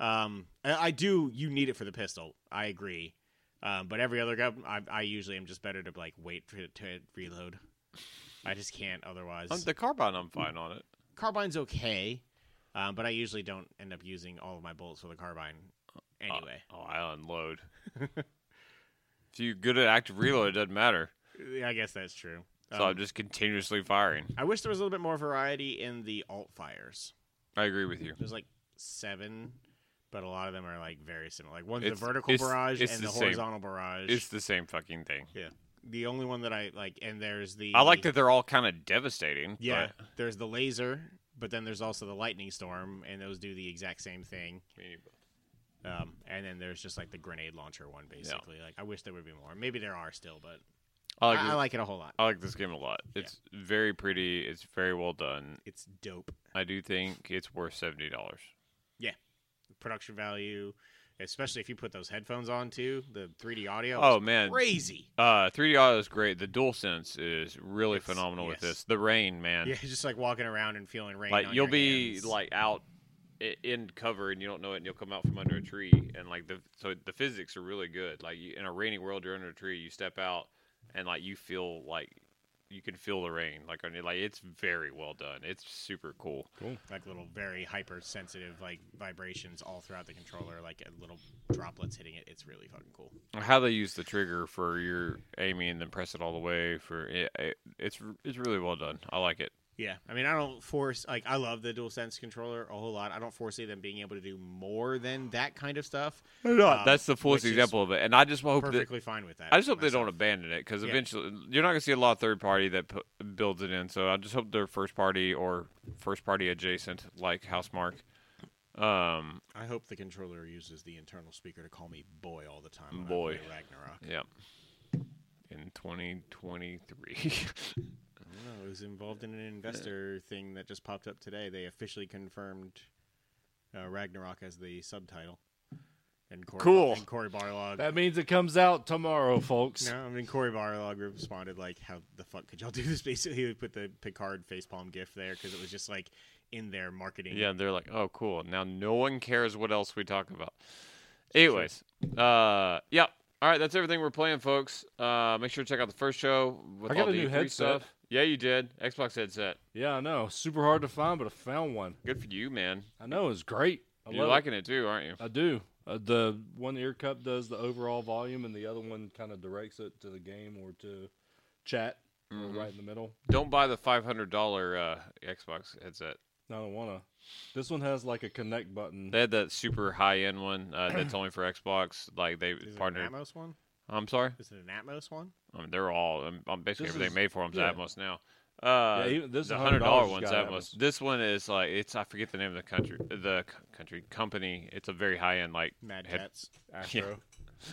C: Um, I, I do. You need it for the pistol. I agree. Um, but every other gun, I, I usually am just better to like wait to, to reload. I just can't otherwise.
A: Um, the carbine, I'm fine on it.
C: Carbine's okay, um, but I usually don't end up using all of my bullets for the carbine anyway.
A: Oh, I unload. if you're good at active reload, it doesn't matter.
C: I guess that's true.
A: So
C: Um,
A: I'm just continuously firing.
C: I wish there was a little bit more variety in the alt fires.
A: I agree with you.
C: There's like seven, but a lot of them are like very similar. Like one's
A: It's-
C: the vertical
A: it's-
C: barrage
A: it's
C: and
A: the
C: the,
A: same.
C: horizontal barrage.
A: It's the same fucking thing.
C: the only one that I like, and there's the
A: I like that they're all kind of devastating.
C: Yeah,
A: but-
C: there's the laser, but then there's also the lightning storm, and those do the exact same thing. Um, and then there's just like the grenade launcher one, basically. Like I wish there would be more. Maybe there are still, but
A: I
C: I
A: like,
C: I,
A: this,
C: like it a whole lot.
A: I like this game a lot. It's very pretty. It's very well done.
C: It's dope.
A: I do think it's worth seventy dollars.
C: Production value, especially if you put those headphones on too. The 3D audio.
A: Oh
C: Oh,
A: man,
C: crazy.
A: uh, 3D audio is great. The Dual Sense is really
C: It's-
A: phenomenal with
C: yes.
A: this. The rain, man,
C: Yeah, just like walking around and feeling rain.
A: like
C: on
A: you'll
C: your
A: be
C: hands.
A: like out i- in cover and you don't know it, and you'll come out from under a tree, and like the so the physics are really good. Like you, in a rainy world, you're under a tree, you step out, and like you feel like you can feel the rain, like on you. Like it's very well done. It's super cool.
C: like little very hypersensitive like vibrations all throughout the controller, like uh, little droplets hitting it. It's really fucking cool.
A: How they use the trigger for your aiming and then press it all the way for it, it it's it's really well done. I like it.
C: Yeah, I mean, I don't force like I love the DualSense controller a whole lot. I don't foresee them being able to do more than that kind of stuff. Um,
A: That's the fullest
C: which is
A: example of it, and I just hope that
C: Perfectly fine with that.
A: I just hope they
C: myself.
A: don't abandon it because
C: Yeah.
A: eventually you're not going to see a lot of third party that pu- builds it in. So I just hope they're first party or first party adjacent, like Housemark. Um,
C: I hope the controller uses the internal speaker to call me boy all the time. when I
A: Boy.
C: play Ragnarok.
A: yeah. In 2023,
C: I don't know. I was involved in an investor thing that just popped up today. They officially confirmed uh, Ragnarok as the subtitle. And Corey,
A: Cool.
C: And Corey Barlog.
B: That means it comes out tomorrow, folks.
C: No, I mean Corey Barlog responded like, "How the fuck could y'all do this?" Basically, he put the Picard facepalm gif there because it was just like in their marketing.
A: yeah, they're like, oh, cool. Now no one cares what else we talk about. Anyways, uh, yeah. All right, that's everything we're playing, folks. Uh, make sure to check out the first show with
B: I got
A: all
B: a
A: the
B: new
A: E3
B: headset.
A: stuff. Yeah, you did. Xbox headset.
B: Yeah, I know. Super hard to find, but I found one.
A: Good for you, man.
B: I know it's great. I
A: You're
B: love
A: liking it too, aren't you?
B: it. I do. Uh, the one ear cup does the overall volume, and the other one kind of directs it to the game or to chat,
A: Mm-hmm.
B: or right in the middle.
A: Don't buy the five hundred dollar uh, Xbox headset.
B: No, I don't wanna. This one has like a connect button.
A: They had that super high end one uh, that's only for Xbox. Like they
C: Is it
A: partnered.
C: an Atmos one?
A: I'm sorry.
C: Is it an Atmos one?
A: I mean, they're all. I'm, I'm basically
B: This
A: everything
B: is-
A: made for them's
B: yeah.
A: Atmos now. Uh,
B: Yeah, even- this
A: the
B: is
A: hundred dollar
B: $100
A: one's
B: got
A: Atmos.
B: Atmos.
A: This one is like it's. I forget the name of the country. The c- country company. It's a very high end. Like
C: Mad
A: Head-
C: Cats,
B: Astro,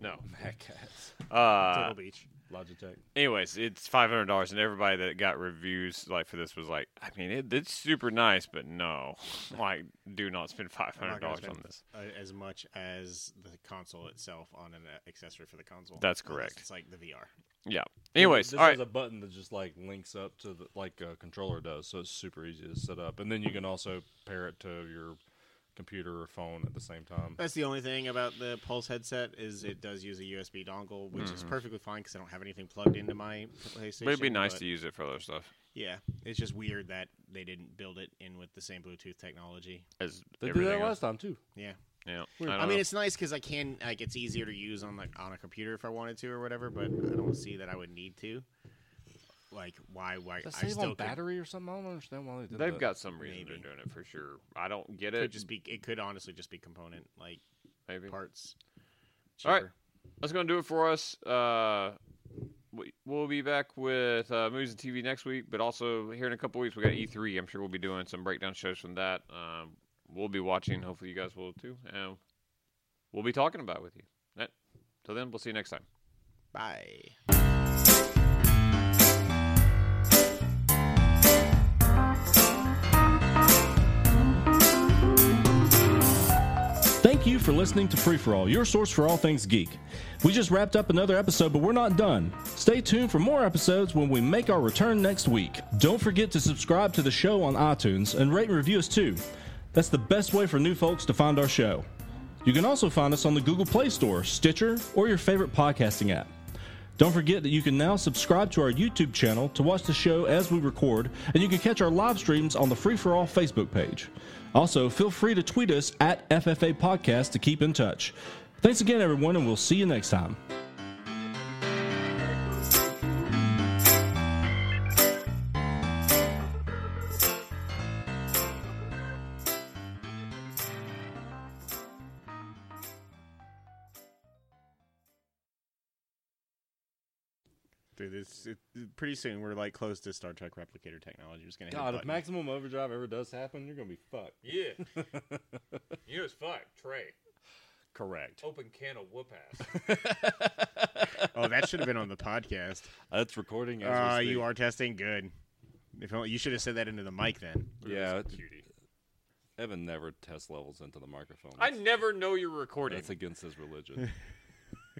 A: no.
B: Maccats,
A: Uh,
C: Turtle Beach.
B: Logitech.
A: anyways, it's five hundred dollars, and everybody that got reviews like for this was like, I mean, it, it's super nice, but no, like, do not spend five
C: I'm
A: hundred
C: not gonna
A: dollars on
C: spend
A: this.
C: Uh, as much as the console itself on an uh, accessory for the console.
A: That's
C: Unless
A: correct.
C: It's like the VR.
A: Yeah. Anyways,
B: this
A: all right.
B: has a button that just like links up to the like a controller does, so it's super easy to set up. And then you can also pair it to your computer or phone at the same time.
C: That's the only thing about the Pulse headset is it does use a USB dongle, which is perfectly fine because I don't have anything plugged into my PlayStation.
A: Mm-hmm. But it'd be nice
C: but-
A: to use it for other stuff.
C: Yeah, it's just weird that they didn't build it in with the same Bluetooth technology.
A: As
B: They did
A: everything
B: that
A: else.
B: last time too.
C: Yeah,
A: Yeah.
B: Weird.
A: I,
C: I, mean it's nice because I can like it's easier to use on like on a computer if I wanted to or whatever. But I don't see that I would need to. Like why? Why?
B: Does that
C: I
B: save
C: still
B: on battery or something? I don't understand why they did
A: they've
B: that.
A: got some reason
C: Maybe.
A: they're doing it for sure. I don't get
C: Could,
A: it.
C: could just be. It could honestly just be component like
A: maybe.
C: parts.
A: All right.
C: Cheaper.
A: That's gonna do it for us. Uh, we- we'll be back with uh, movies and TV next week, but also here in a couple weeks we got E3. I'm sure we'll be doing some breakdown shows from that. Um, we'll be watching. Hopefully you guys will too, and we'll be talking about it with you. All right. Till then, we'll see you next time.
C: Bye.
B: Thank you for listening to Free For All, your source for all things geek. We just wrapped up another episode, but we're not done. Stay tuned for more episodes when we make our return next week. Don't forget to subscribe to the show on iTunes and rate and review us too. That's the best way for new folks to find our show. You can also find us on the Google Play Store, Stitcher, or your favorite podcasting app. Don't forget that you can now subscribe to our YouTube channel to watch the show as we record, and you can catch our live streams on the Free For All Facebook page. Also, feel free to tweet us at FFA Podcast to keep in touch. Thanks again, everyone, and we'll see you next time.
C: Dude, this it, pretty soon we're like close to Star Trek replicator technology. It's gonna hit a
D: God, if
C: button.
D: maximum overdrive ever does happen, you're gonna be fucked.
A: Yeah. you as fuck, Trey.
D: Correct.
A: Open can of whoop ass.
C: Oh, that should have been on the podcast.
D: That's recording. As
C: Uh,
D: we speak.
C: you are testing good. If only, you should have said that into the mic then.
D: Yeah,
A: Cutie.
D: Evan never tests levels into the microphone.
A: I never know you're recording.
D: That's against his religion.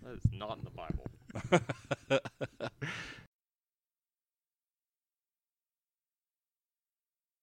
A: that is not in the Bible.